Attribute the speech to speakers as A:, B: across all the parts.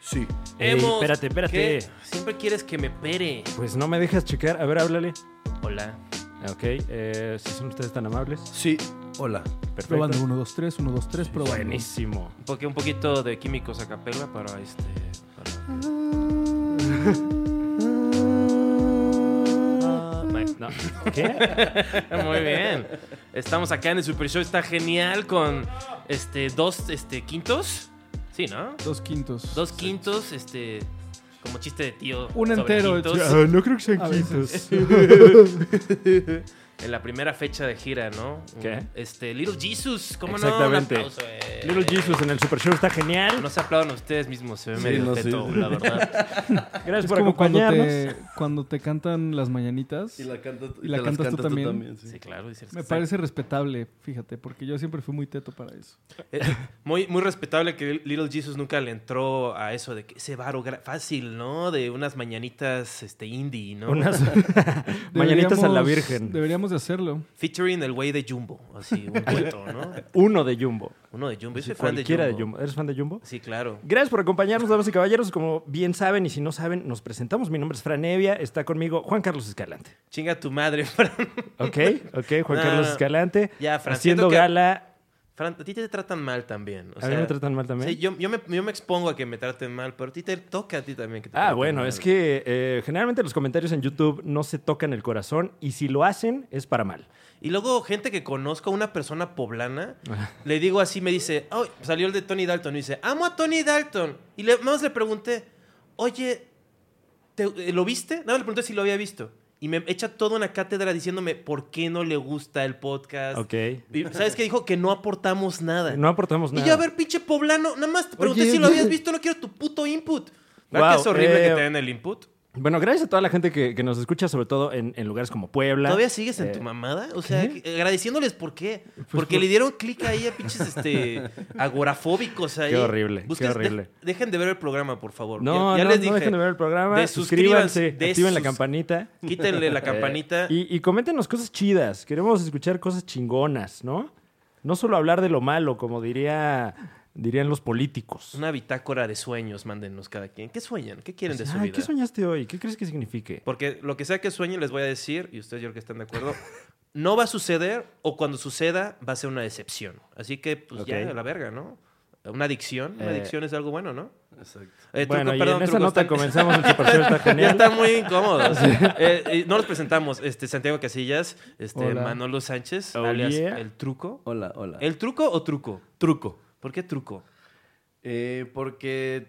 A: Sí.
B: Ey,
C: Hemos-
B: espérate, espérate.
C: ¿Qué? Siempre quieres que me pere.
B: Pues no me dejas checar. A ver, háblale.
C: Hola.
B: Ok, eh, si son ustedes tan amables.
A: Sí. Hola.
B: Perfecto.
D: Probando 1, 2, 3, 1, 2, 3, probando.
B: Buenísimo.
C: Porque un poquito de químicos a capela para este. para- Ah,
B: No, ¿Qué?
C: Muy bien. Estamos acá en el Super Show. Está genial con este dos este quintos. Sí, ¿no?
D: Dos quintos.
C: Dos quintos, este. Como chiste de tío.
D: Un
C: sobre
D: entero,
C: quintos.
D: tío.
B: Ah, no creo que
D: A
B: sean
D: veces.
C: En la primera fecha de gira, ¿no?
B: ¿Qué?
C: Este, Little Jesus, ¿cómo
B: Exactamente.
C: no? Un aplauso, eh.
B: Little Jesus en el Super Show está
C: No
B: genial.
C: se aplaudan ustedes mismos, se ve
A: Sí,
C: medio
A: no, sí.
C: teto, la verdad.
B: Gracias
D: Es
B: por
D: como cuando
B: acompañarnos.
D: te, cuando te cantan las mañanitas.
A: Y la, canta, y
D: Y la
A: te las
D: cantas tú también.
A: sí.
C: Sí, claro. dices,
D: Me parece respetable, fíjate, porque yo siempre fui muy teto para eso.
C: Eh, Muy, muy respetable que Little Jesus nunca le entró a eso de que ese varo gra- fácil, ¿no? De unas mañanitas este, indie, ¿no?
B: Unas mañanitas a la
D: Deberíamos-
B: Virgen.
D: Deberíamos de hacerlo.
C: Featuring el güey de Jumbo, así, un cuento, ¿no?
B: Uno de Jumbo.
C: Uno de Jumbo. Yo soy fan de Jumbo.
B: Cualquiera de Jumbo. ¿Eres fan de Jumbo?
C: Sí, claro.
B: Gracias por acompañarnos, damas y caballeros. Como bien saben y si no saben, nos presentamos. Mi nombre es Fran Evia. Está conmigo Juan Carlos Escalante.
C: Chinga tu madre, Fran.
B: Ok, ok, Juan
C: No,
B: Carlos
C: no.
B: Escalante.
C: Ya, Fran,
B: haciendo
C: siento que-
B: gala.
C: Fran, a ti te tratan mal también. O
B: a mí
C: sea,
B: me tratan mal también.
C: Sí, yo, yo me, yo me expongo a que me traten mal, pero a ti te toca a ti también que te
B: Ah,
C: traten
B: bueno,
C: mal.
B: es que eh, generalmente los comentarios en YouTube no se tocan el corazón y si lo hacen es para mal.
C: Y luego gente que conozco, una persona poblana, le digo así, me dice, "Ay", salió el de Tony Dalton y dice, amo a Tony Dalton. Y le, nada más le pregunté, oye, ¿te- eh, ¿lo viste? Nada más le pregunté si lo había visto. Y me echa toda una cátedra diciéndome por qué no le gusta el podcast.
B: Ok.
C: Y, ¿Sabes qué dijo? Que no aportamos nada.
B: No aportamos nada.
C: Y yo, a ver, pinche poblano, nada más te pregunté
D: Oye,
C: si lo
D: oye.
C: habías visto, no quiero tu puto input. ¿Verdad que
B: Wow,
C: es horrible
B: eh,
C: que te den el input?
B: Bueno, gracias a toda la gente que, que nos escucha, sobre todo en, en lugares como Puebla.
C: ¿Todavía sigues en
B: Eh,
C: tu mamada? O sea,
B: ¿qué? Pues
C: que- agradeciéndoles por qué. Porque le dieron clic ahí a pinches este, agorafóbicos ahí.
B: Qué horrible, qué
C: Busquen- de-
B: horrible.
C: dejen de ver el programa, por favor.
B: No,
C: ya, ya
B: no,
C: les
B: no
C: dije.
B: dejen de ver el programa.
C: de
B: suscríbanse,
C: suscríbanse, de
B: activen la
C: sus-
B: campanita.
C: Quítenle la campanita.
B: Eh, y, y coméntenos cosas chidas. Queremos escuchar cosas chingonas, ¿no? No solo hablar de lo malo, como diría, dirían los políticos.
C: Una bitácora de sueños, mándenos cada quien. ¿Qué sueñan? ¿Qué quieren de su
B: Pues, Ay,
C: vida?
B: ¿Qué soñaste hoy? ¿Qué crees que signifique?
C: Porque lo que sea que sueñen les voy a decir, y ustedes yo creo que están de acuerdo, no va a suceder o cuando suceda va a ser una decepción. Así que, pues
B: Ok.
C: ya, a la verga, ¿no? Una adicción. Una
B: Eh.
C: adicción es algo bueno, ¿no?
A: Exacto.
C: Eh,
B: bueno,
C: Truco,
B: y
C: perdón,
B: en esa
C: Truco,
B: nota
C: están-
B: comenzamos el Super Show, está
C: Ya
B: genial.
C: están muy incómodos. Eh, eh, no los presentamos. Este, Santiago Casillas, este,
D: Hola.
C: Manolo Sánchez,
B: Oh,
C: alias
B: yeah.
C: El Truco.
A: Hola, hola.
C: ¿El Truco o Truco?
A: truco.
C: ¿Por qué Truco?
A: Eh, porque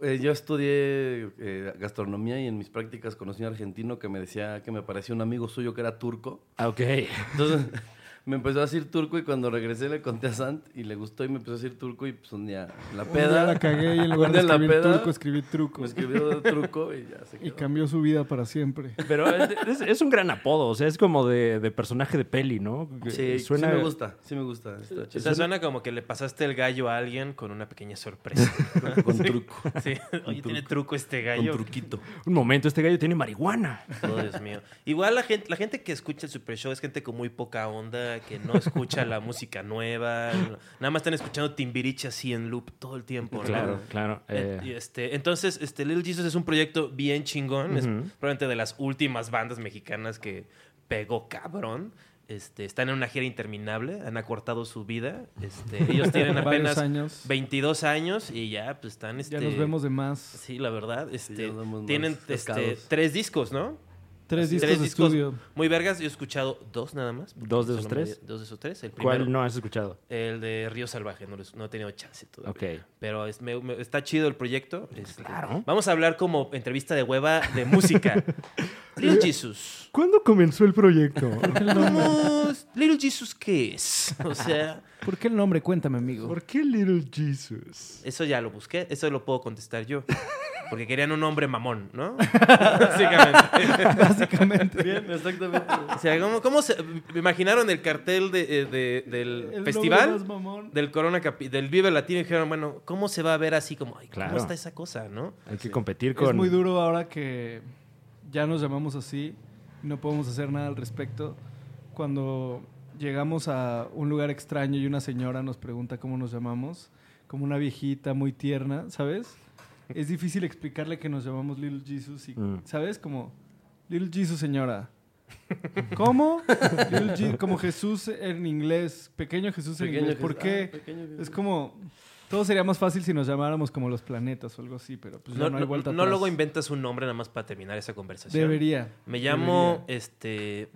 A: eh, yo estudié eh, gastronomía y en mis prácticas conocí a un argentino que me decía que me parecía un amigo suyo que era turco.
B: Ah, Ok.
A: Entonces me empezó a decir turco y cuando regresé le conté a Sant y le gustó y me empezó a decir turco y pues un día en la
D: Un día
A: peda.
D: la cagué y en lugar de
A: Un día la
D: escribir
A: peda,
D: turco, escribí truco.
A: Me escribió truco y ya se
D: Y
A: quedó.
D: cambió su vida para siempre.
B: Pero este, es, es un gran apodo, o sea, es como de, de personaje de peli, ¿no? Que
A: Sí,
B: suena.
A: sí me gusta, sí me gusta. Está
C: O
A: chido.
C: sea, suena como que le pasaste el gallo a alguien con una pequeña sorpresa.
A: Con truco.
C: Sí. Oye, tiene truco este
A: Con
C: gallo.
A: truquito.
B: Un momento, este gallo tiene marihuana.
C: Oh, Dios mío. Igual la gente, la gente que escucha el Super Show es gente con muy poca onda, que no escucha la música nueva. Nada más están escuchando Timbiriche así en loop todo el tiempo. ¿no?
B: Claro, claro.
C: Eh, y
B: eh,
C: este, entonces, este, Little Jesus es un proyecto bien chingón. Es
B: Ujú.
C: probablemente de las últimas bandas mexicanas que pegó cabrón. Este, están en una gira interminable, han acortado su vida. Este, ellos tienen
D: Varios
C: apenas
D: años.
C: 22 años y ya pues, están... Este,
D: Ya nos vemos de más.
C: Sí, la verdad. Este,
A: nos vemos más
C: tienen este,
A: cascados.
C: tres discos, ¿no?
D: Tres
C: Así,
D: discos de estudio.
C: Muy vergas. Yo he escuchado dos nada más. porque
B: ¿Dos de
C: solo
B: esos
C: me
B: tres?
C: di- Dos de esos tres. El primero,
B: ¿Cuál no has escuchado?
C: El de Río Salvaje. No, los- no he tenido chance todavía.
B: Ok.
C: Pero es- me- me- está chido el proyecto. este,
B: claro.
C: Vamos a hablar como entrevista de hueva de música. Little Jesus.
B: ¿Cuándo comenzó el proyecto?
C: ¿Cómo es- Little Jesus qué es? O sea,
D: ¿Por qué el nombre? Cuéntame, amigo.
B: qué Little Jesus?
C: eso ya lo busqué, eso lo puedo contestar yo. Porque querían un hombre mamón, ¿no? Básicamente.
D: Básicamente.
A: Bien, exactamente.
C: O sea, ¿cómo, cómo se me imaginaron el cartel de- eh, de- del
D: El nombre
C: festival?
D: más mamón.
C: Del Corona Capi- del Vive Latino y dijeron, bueno, ¿cómo se va a ver así como, ay, ¿cómo
B: Claro.
C: está esa cosa, no?
B: Hay que competir con.
D: Es muy duro ahora que ya nos llamamos así y no podemos hacer nada al respecto. Cuando llegamos a un lugar extraño y una señora nos pregunta cómo nos llamamos, como una viejita muy tierna, ¿sabes? es difícil explicarle que nos llamamos Little Jesus y,
B: Mm.
D: ¿sabes? Como, Little Jesus, señora. ¿Cómo? Little Je- como Jesús en inglés, pequeño Jesús Ah, en inglés. ¿Por qué? Es como, todo sería más fácil si nos llamáramos como los planetas o algo así, pero pues ya
C: No,
D: no, hay
C: no-
D: vuelta
C: no
D: atrás.
C: luego inventas un nombre nada más para terminar esa conversación.
D: Debería.
C: Me llamo, este,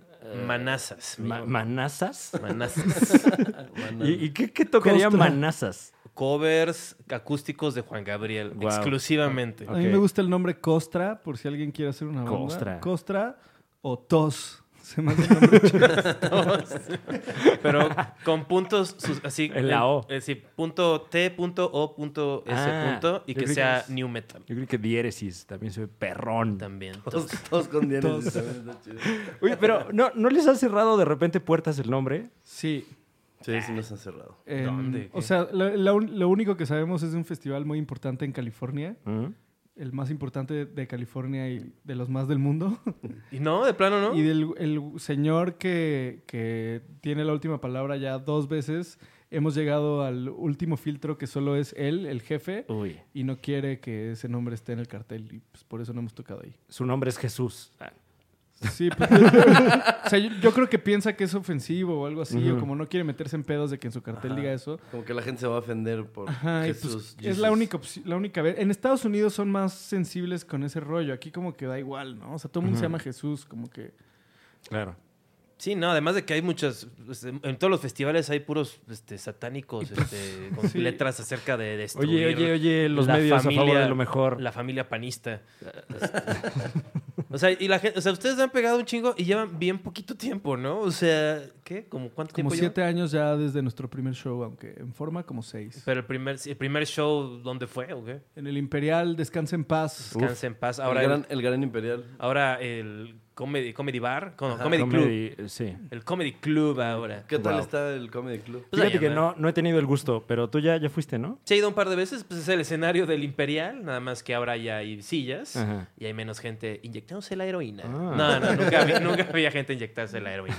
C: Manazas. me
B: Eh, Ma-
C: llamo.
B: ¿Manazas?
C: Manazas.
B: ¿Y, y qué, qué tocaría
D: Costra.
B: Manazas?
C: Covers acústicos de Juan Gabriel,
B: Guau.
C: exclusivamente.
D: A mí
B: Ok.
D: me gusta el nombre Costra, por si alguien quiere hacer una banda.
B: Costra.
D: Costra o Tos. Se me hace un nombre chido.
C: Pero con puntos sus- así.
B: En la O.
C: Es decir, punto T, punto O, punto S,
B: Ah,
C: punto, y
B: yo
C: que
B: creí
C: sea
B: que es-
C: New Metal
B: Yo creo que diéresis también se ve perrón.
C: también.
A: Todos,
C: Entonces,
A: todos con dientes.
D: Todos.
A: también está chido.
B: Oye, pero ¿no, ¿no les ha cerrado de repente puertas el nombre?
D: Sí.
A: Sí, sí nos han cerrado.
D: em,
C: ¿Dónde?
D: O sea, lo, la un- lo único que sabemos es de un festival muy importante en California, el más importante de California y de los más del mundo.
C: y no, de plano no.
D: Y del el señor que, que tiene la última palabra ya dos veces, hemos llegado al último filtro que solo es él, el jefe,
B: Uy.
D: y no quiere que ese nombre esté en el cartel y pues, por eso no hemos tocado ahí.
B: Su nombre es Jesús. Ah,
D: Sí, pues, o sea, yo, yo creo que piensa que es ofensivo o algo así,
B: Ujú.
D: o como no quiere meterse en pedos de que en su cartel
A: Ajá.
D: diga eso.
A: Como que la gente se va a ofender por
D: Ajá, y, pues,
A: Jesús.
D: es
A: Jesus.
D: la única opci- la única vez. En Estados Unidos son más sensibles con ese rollo. Aquí como que da igual, ¿no? O sea, todo el mundo se
B: Ujú.
D: llama Jesús, como que
B: Claro.
C: Sí, no, además de que hay muchas. pues, en en todos los festivales hay puros este, satánicos este, con
D: sí.
C: letras acerca de destruir.
B: pues, Oye, oye, oye, los
C: la
B: medios a favor
C: familia-
B: de lo mejor.
C: La familia panista. Este, o sea, y la gente, o sea, ustedes han pegado un chingo y llevan bien poquito tiempo, ¿no? O sea, ¿qué? ¿Como cuánto
D: como
C: tiempo llevan?
D: siete años ya desde nuestro primer show, aunque en forma como seis.
C: Pero el primer, el primer show, ¿dónde fue? ¿O qué?
D: En el Imperial, Descansa en Paz.
C: Descanse en paz. Ahora
A: el, gran, el gran imperial.
C: Ahora el Comedy, comedy Bar, co-
A: Ajá,
C: Comedy Club.
B: Comedy, eh, Sí.
C: El Comedy Club ahora.
A: ¿Qué tal
B: Wow.
A: está el Comedy Club?
C: Pues
B: Fíjate
C: allá
B: que
C: anda.
B: no, no he tenido el gusto, pero tú ya, ya fuiste, ¿no?
C: Se ha ido un par de veces, pues es el escenario del Imperial, nada más que ahora ya hay sillas
B: Ajá.
C: y hay menos gente inyectándose la heroína.
B: Ah.
C: No, no, nunca, vi- nunca había gente inyectarse la heroína.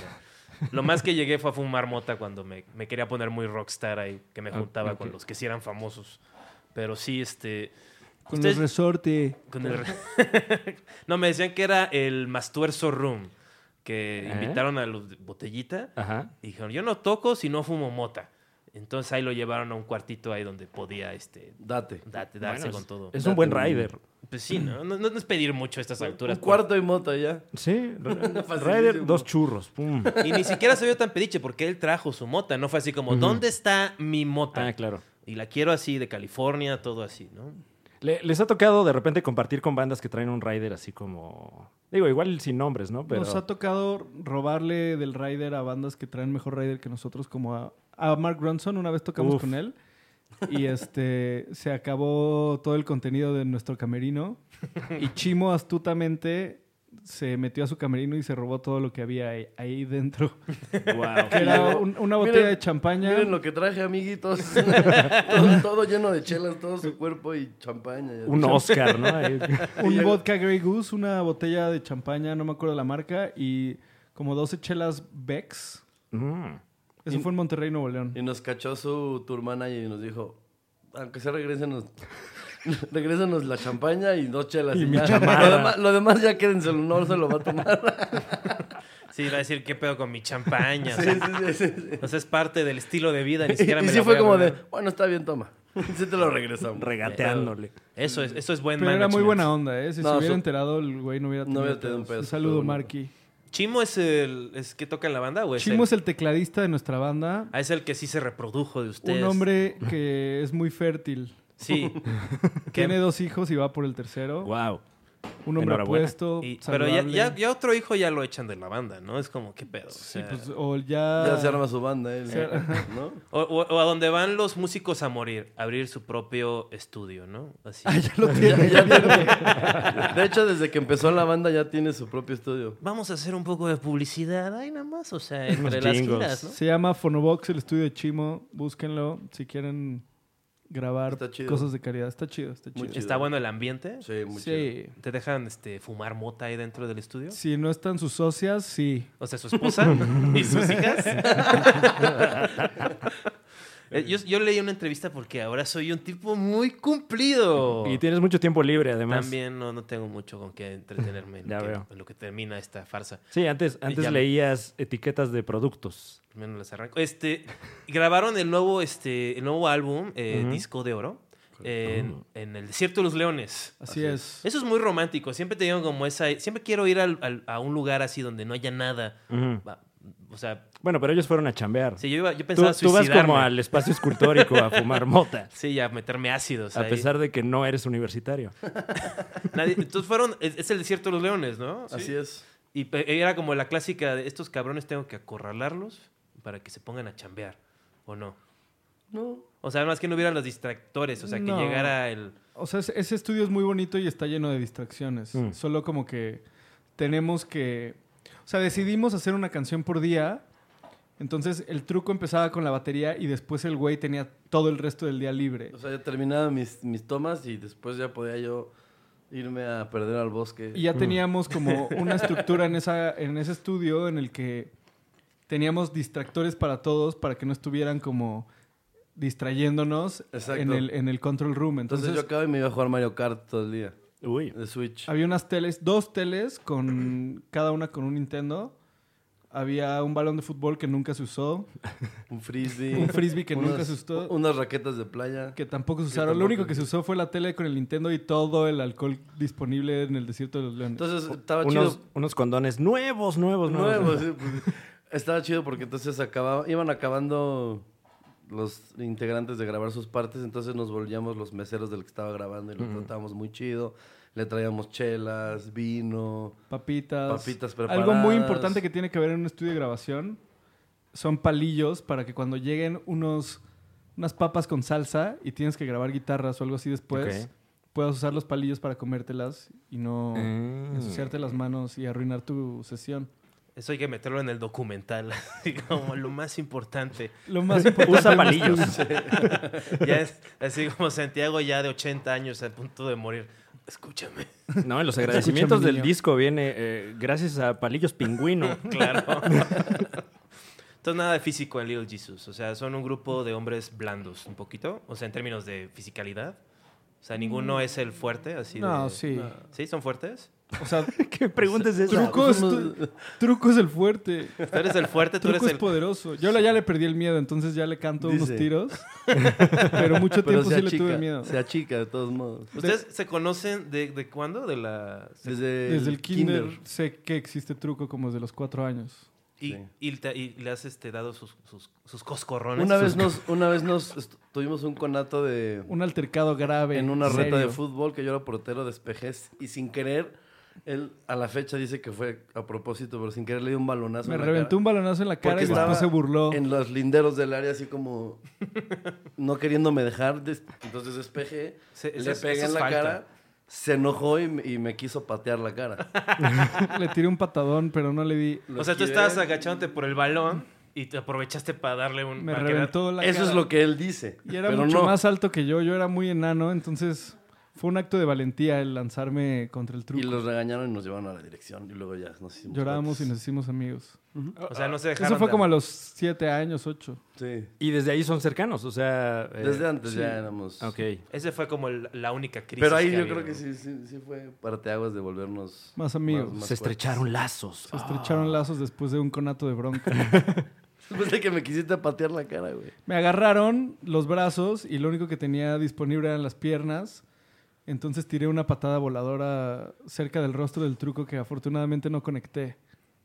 C: Lo más que llegué fue a fumar mota cuando me, me quería poner muy rockstar ahí, que me
B: Ah,
C: juntaba con
B: ok.
C: los que sí eran famosos. Pero sí, este...
D: Con
C: ustedes-
D: los resorte.
C: Con el re- no, me decían que era el Mastuerzo Room, que
B: ¿Eh?
C: invitaron a los de Botellita
B: Ajá.
C: y dijeron, yo no toco si no fumo mota. Entonces ahí lo llevaron a un cuartito ahí donde podía este,
A: Date.
C: date- darse
B: Bueno,
C: con
B: es-
C: todo.
B: Es un
A: Date
B: buen
A: un-
B: rider.
C: Pues sí, ¿no? No, no- no es pedir mucho a estas
A: Un
C: alturas.
A: cuarto y mota ya.
B: Sí.
A: Facilísimo.
B: rider, dos churros. Pum.
C: por- Y ni siquiera se vio tan pediche porque él trajo su mota, no fue así como,
B: Ujú.
C: ¿dónde está mi mota?
B: Ah, claro.
C: Y la quiero así, de California, todo así, ¿no?
B: Le- les ha tocado de repente compartir con bandas que traen un rider así como. Digo, igual sin nombres, ¿no? Pero.
D: Nos ha tocado robarle del rider a bandas que traen mejor rider que nosotros, como a, a Mark Ronson. Una vez tocamos
B: Uf.
D: con él. Y este se acabó todo el contenido de nuestro camerino. Y Chimo astutamente se metió a su camerino y se robó todo lo que había ahí, ahí dentro.
B: Guau.
D: Que Era un- una botella
A: Miren,
D: de champaña.
A: Miren lo que traje, amiguitos. todo, todo lleno de chelas, todo su cuerpo y champaña. ya.
B: un Oscar, ¿no? Ahí.
D: un vodka Grey Goose, una botella de champaña, no me acuerdo la marca, y como 12 chelas Bex.
B: Mm.
D: Eso fue en Monterrey, Nuevo León.
A: Y nos cachó su tour manager y nos dijo, aunque sea regrésenos, regrésenos la champaña y dos chelas.
B: Y
A: Y
B: mi
A: ya.
B: chamarra.
A: lo, demás, lo demás ya quédense, no se lo va a tomar.
C: Sí, iba a decir, ¿qué pedo con mi champaña? O
A: Sí,
C: sea,
A: sí, sí, sí, sí.
C: o sea, es parte del estilo de vida, ni
A: Y,
C: siquiera me
A: y
C: la
A: sí
C: voy
A: fue
C: a
A: como de,
C: arruinar.
A: bueno, está bien, toma. Sí te lo regresamos.
B: Regateándole.
C: Eso es, eso es buen
D: Pero era muy
C: management.
D: buena onda, ¿eh? Si
A: No,
D: se hubiera
A: su-
D: enterado, el güey no hubiera
A: No hubiera tenido un
D: pedos.
A: pedo,
D: saludo,
A: pero bueno.
D: Marky.
C: ¿Chimo es el es que toca en la banda o es
D: Chimo
C: el,
D: es el tecladista de nuestra banda.
C: Ah, es el que sí se reprodujo de ustedes?
D: Un hombre que es muy fértil.
C: Sí. Que-
D: Tiene dos hijos y va por el tercero.
B: Wow.
D: Un hombre
B: Enhorabuena.
D: apuesto.
C: y- pero ya,
D: saludable.
C: ya, ya otro hijo ya lo echan de la banda, ¿no? Es como, ¿qué pedo? O,
D: Sí,
C: sea,
D: pues, o ya.
A: Ya se arma su banda, él,
D: Se-
A: ¿no?
C: o- o- o a donde van los músicos a morir, abrir su propio estudio, ¿no? Así.
D: Ah, ya lo
A: Ya-
D: tiene.
A: ya tiene- de hecho, desde que empezó la banda ya tiene su propio estudio.
C: Vamos a hacer un poco de publicidad ahí nada más, o sea, entre
B: Unos
C: las
B: jingles.
C: giras, ¿no?
D: Se llama Fonobox, el estudio de Chimo. Búsquenlo si quieren grabar
A: Está chido.
D: cosas de caridad. Está chido, está
A: Muy
D: chido.
C: ¿Está bueno el ambiente?
A: Sí, muy chido.
D: Sí.
C: ¿Te dejan este, fumar mota ahí dentro del estudio?
D: Si no están sus socias, sí.
C: O sea, su esposa y sus hijas. Eh, Yo, yo leí una entrevista porque ahora soy un tipo muy cumplido.
B: Y tienes mucho tiempo libre, además.
C: También no, no tengo mucho con qué entretenerme en,
B: Ya
C: lo que,
B: veo.
C: en lo que termina esta farsa.
B: Sí, antes, antes
C: Ya-
B: leías etiquetas de productos.
C: Primero las arranco. Este, grabaron el nuevo, este, el nuevo álbum, eh,
B: Ujú.
C: Disco de Oro, en, en el Desierto de los Leones.
D: Así es.
C: Eso es muy romántico. Siempre te digo como esa... Siempre quiero ir al- al- a un lugar así donde no haya nada.
B: Ujú.
C: Va, O sea,
B: Bueno, pero ellos fueron a chambear.
C: sí, yo, iba- yo
B: tú,
C: pensaba
B: tú vas
C: suicidarme.
B: como al espacio escultórico a fumar mota,
C: Sí, a meterme ácidos
B: a
C: Pues ahí.
B: pesar de que no eres universitario.
C: Nadie- entonces fueron... Es, es el Desierto de los Leones, ¿no?
A: Así es.
C: Y pe- era como la clásica de estos cabrones tengo que acorralarlos para que se pongan a chambear, ¿o no?
A: No.
C: O sea, más que no hubiera los distractores, o sea,
D: No.
C: que llegara el...
D: O sea, ese- ese estudio es muy bonito y está lleno de distracciones.
B: Mm.
D: Solo como que tenemos que... O sea, decidimos hacer una canción por día. Entonces el truco empezaba con la batería y después el güey tenía todo el resto del día libre.
A: O sea, ya terminaba mis, mis tomas y después ya podía yo irme a perder al bosque.
D: Y ya teníamos como una estructura en, esa, en ese estudio en el que teníamos distractores para todos para que no estuvieran como distrayéndonos
A: Exacto.
D: en el, en el control room.
A: Entonces,
D: Entonces,
A: yo acabo y me iba a jugar Mario Kart todo el día.
B: Uy.
A: De Switch.
D: había unas teles, dos teles, con cada una con un Nintendo. Había un balón de fútbol que nunca se usó,
A: Un frisbee.
D: Un frisbee que nunca se usó.
A: Unas raquetas de playa.
D: que tampoco se usaron. Lo
A: tampoco
D: único
A: se
D: que se usó fue la tele con el Nintendo y todo el alcohol disponible en el desierto de los leones.
A: Entonces estaba
B: Unos,
A: chido.
B: unos condones nuevos, nuevos, nuevos.
A: Nuevo, sí, pues, estaba chido porque entonces acababa, iban acabando los integrantes de grabar sus partes, entonces nos volvíamos los meseros del que estaba grabando y lo tratábamos muy chido. Le traíamos chelas, vino.
D: Papitas.
A: Papitas
D: Algo
A: preparadas.
D: muy importante que tiene que ver en un estudio de grabación son palillos para que cuando lleguen unos unas papas con salsa y tienes que grabar guitarras o algo así después,
B: Ok.
D: puedas usar los palillos para comértelas y no
B: Mm.
D: ensuciarte las manos y arruinar tu sesión.
C: Eso hay que meterlo en el documental, así como lo más importante.
D: Lo más importante
B: Usa
D: es-
B: palillos.
C: Ya es así como Santiago ya de 80 años a punto de morir. Escúchame.
B: No, en los agradecimientos del
D: niño.
B: disco viene eh, gracias a Palillos Pingüino.
C: Claro. Entonces nada de físico en Little Jesus. O sea, son un grupo de hombres blandos un poquito. O sea, en términos de fisicalidad. O sea, ninguno es el fuerte, así de-
D: Mm. No, sí.
C: ¿Sí? ¿Son fuertes?
D: O sea,
B: ¿Qué pregunta es esa?
D: truco es, tu- truco es el fuerte.
C: Tú eres el fuerte, tú eres
D: Truco es
C: el...
D: poderoso. Yo la- ya le perdí el miedo, entonces ya le canto unos
A: Dice.
D: tiros. Pero mucho
A: Pero
D: tiempo
A: se
D: sí le
A: achica,
D: tuve miedo.
A: se achica de todos modos.
C: ¿Ustedes se conocen de, de cuándo? De la...
A: Desde,
D: Desde el kinder, sé que existe truco como desde los cuatro años.
C: Y,
A: Sí.
C: y, te- y le has este, dado sus, sus, sus coscorrones.
A: Una vez
C: sus-
A: nos, una vez nos est- tuvimos un conato de
D: Un altercado grave.
A: en una reta de
D: serio.
A: fútbol que yo era portero, despejé y sin querer, él a la fecha dice que fue a propósito, pero sin querer le dio un balonazo.
D: Me
A: en la
D: reventó un
A: cara,
D: balonazo en la cara
A: porque
D: y
A: estaba
D: después se burló.
A: En los linderos del área, así como no queriéndome dejar, des- entonces despejé,
C: Sí, eso
A: le
C: es-
A: pegué
C: eso
A: en
C: es
A: la
C: falta.
A: cara. Se enojó y, me- y me quiso patear la cara.
D: Le tiré un patadón, pero no le di.
A: Lo
C: O sea, tú
A: esquivé.
C: estabas agachándote por el balón y te aprovechaste para darle un...
D: Me
C: para que-
D: reventó la
A: Eso
D: cara.
A: es lo que él dice.
D: Y era
A: pero
D: mucho
A: no.
D: más alto que yo. Yo era muy enano, entonces fue un acto de valentía el lanzarme contra el
A: Y
D: truco.
A: los regañaron y nos llevaron a la dirección. Y luego ya nos hicimos.
D: Llorábamos y
A: cuates.
D: nos hicimos amigos.
C: O sea, no se dejaron...
D: Eso fue
C: de-
D: como a los siete años, ocho.
A: Sí.
B: Y desde ahí son cercanos, o sea... eh,
A: Desde antes ya éramos.
B: Ok.
C: Ese fue como el- la única crisis.
A: Pero ahí
C: que
A: yo
C: había,
A: creo que
C: ¿no?
A: sí, sí, sí fue parteaguas de volvernos
D: Más amigos.
A: más
B: Se estrecharon lazos. Ah,
D: Se
A: Ah.
D: estrecharon lazos después de un conato de bronca.
A: fuertes. Después de que me quisiste patear la cara, güey.
D: Me agarraron los brazos y lo único que tenía disponible eran las piernas. Entonces tiré una patada voladora cerca del rostro del truco que afortunadamente no conecté,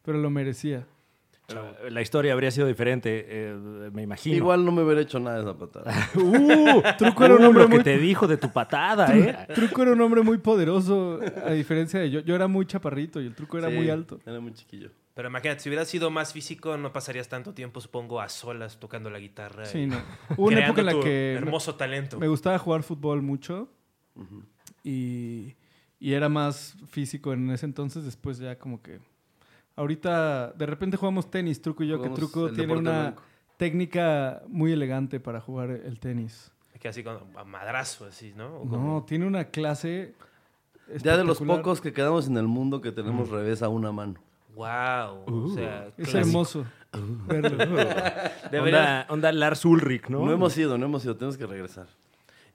D: pero lo merecía.
B: Eh, La historia habría sido diferente, eh, me imagino.
A: Igual no me hubiera hecho nada esa patada.
D: ¡Uh! Truco era un
B: Uh,
D: hombre
B: lo que
D: muy...
B: te dijo de tu patada, ¿eh?
D: Truco era un hombre muy poderoso, a diferencia de yo. Yo era muy chaparrito y el truco era
A: Sí,
D: muy alto.
A: Era muy chiquillo.
C: Pero imagínate, si hubieras sido más físico, no pasarías tanto tiempo, supongo, a solas tocando la guitarra. y
D: Sí, no. Hubo una
C: creando
D: época en la
C: tu
D: que me-
C: Hermoso talento.
D: me gustaba jugar fútbol mucho y, y era más físico en ese entonces, después ya como que... Ahorita de repente jugamos tenis, Truco y yo,
A: Jugamos
D: que Truco
A: el
D: tiene
A: deporte
D: una
A: blanco.
D: técnica muy elegante para jugar el tenis.
C: Que así con a madrazo, así, ¿no? O como-
D: No, tiene una clase...
A: Ya de los
D: espectacular.
A: pocos que quedamos en el mundo que tenemos revés a una mano.
C: Wow. o sea,
D: Uh, Es
C: clásico.
D: hermoso. verlo.
C: Debería-
B: Onda, onda Lars Ulrich, ¿no?
A: No hemos ido, no hemos ido, tenemos que regresar.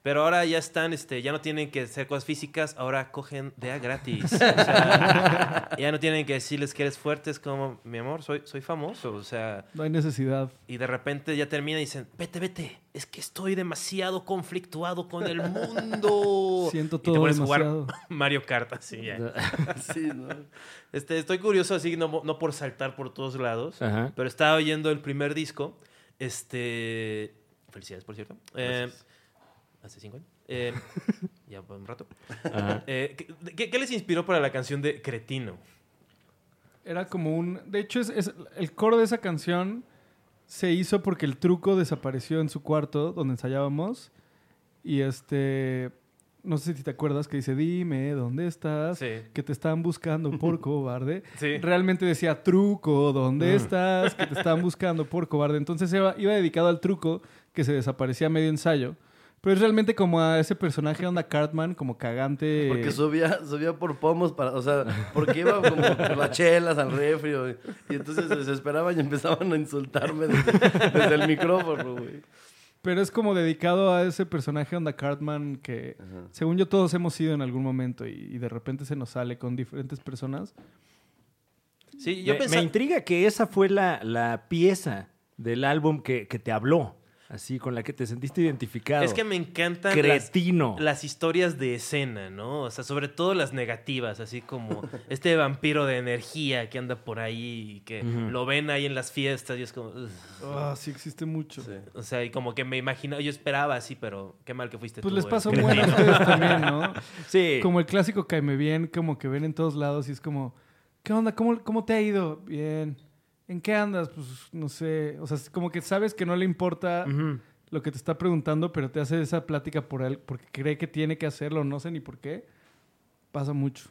C: Pero ahora ya están, este, ya no tienen que hacer cosas físicas, ahora cogen de a gratis. O sea, ya no tienen que decirles que eres fuerte, es como, mi amor, soy, soy famoso. O sea,
D: No hay necesidad.
C: y de repente ya termina y dicen, vete, vete, es que estoy demasiado conflictuado con el mundo.
D: Siento
C: Y te
D: todo
C: pones a
D: demasiado.
C: jugar Mario Kart, así ya.
A: Sí, ¿no?
D: Eh.
C: Este, estoy curioso, así no, no por saltar por todos lados,
B: Ajá.
C: pero estaba oyendo el primer disco. Este. Felicidades, por cierto. Eh,
A: Gracias.
C: hace cinco años. Eh, ya fue un rato.
B: Ajá.
C: Eh, ¿qué- ¿qué, qué les inspiró para la canción de Cretino?
D: Era como un. De hecho, es, es- el coro de esa canción se hizo porque el truco desapareció en su cuarto donde ensayábamos. Y este. No sé si te acuerdas que dice: Dime, ¿dónde estás?
C: Sí.
D: Que te están buscando por cobarde.
C: Sí. Mm.
D: Realmente decía: Truco, ¿dónde estás? Que te están buscando por cobarde. Entonces iba, iba dedicado al truco que se desaparecía a medio ensayo. Pero es realmente como a ese personaje, onda Cartman, como cagante.
A: Porque subía, subía por pomos para, o sea, porque iba como por las chelas al refri, güey. Y entonces se desesperaban y empezaban a insultarme desde, desde el micrófono, güey.
D: Pero es como dedicado a ese personaje onda Cartman que, según yo, todos hemos sido en algún momento y, y de repente se nos sale con diferentes personas.
C: Sí, yo
B: me,
C: pensaba.
B: me intriga que esa fue la, la pieza del álbum que, que te habló, así, con la que te sentiste identificado.
C: Es que me encantan las,
B: Cretino.
C: las historias de escena, ¿no? O sea, sobre todo las negativas, así como este vampiro de energía que anda por ahí y que
B: Ujú.
C: lo ven ahí en las fiestas y es como. "Ugh".
D: Ah, sí existe mucho.
A: Sí.
C: O sea, y como que me imaginaba, yo esperaba así, pero qué mal que fuiste
D: Pues
C: tú.
D: les
C: eh,
D: pasó
C: cretino.
D: bueno a ustedes también, ¿no?
B: Sí.
D: Como el clásico caeme bien, como que ven en todos lados y es como, ¿qué onda? ¿Cómo, cómo te ha ido? Bien. ¿En qué andas? Pues no sé. O sea, es como que sabes que no le importa
B: Ujú.
D: lo que te está preguntando, pero te hace esa plática por él porque cree que tiene que hacerlo, no sé ni por qué. Pasa mucho.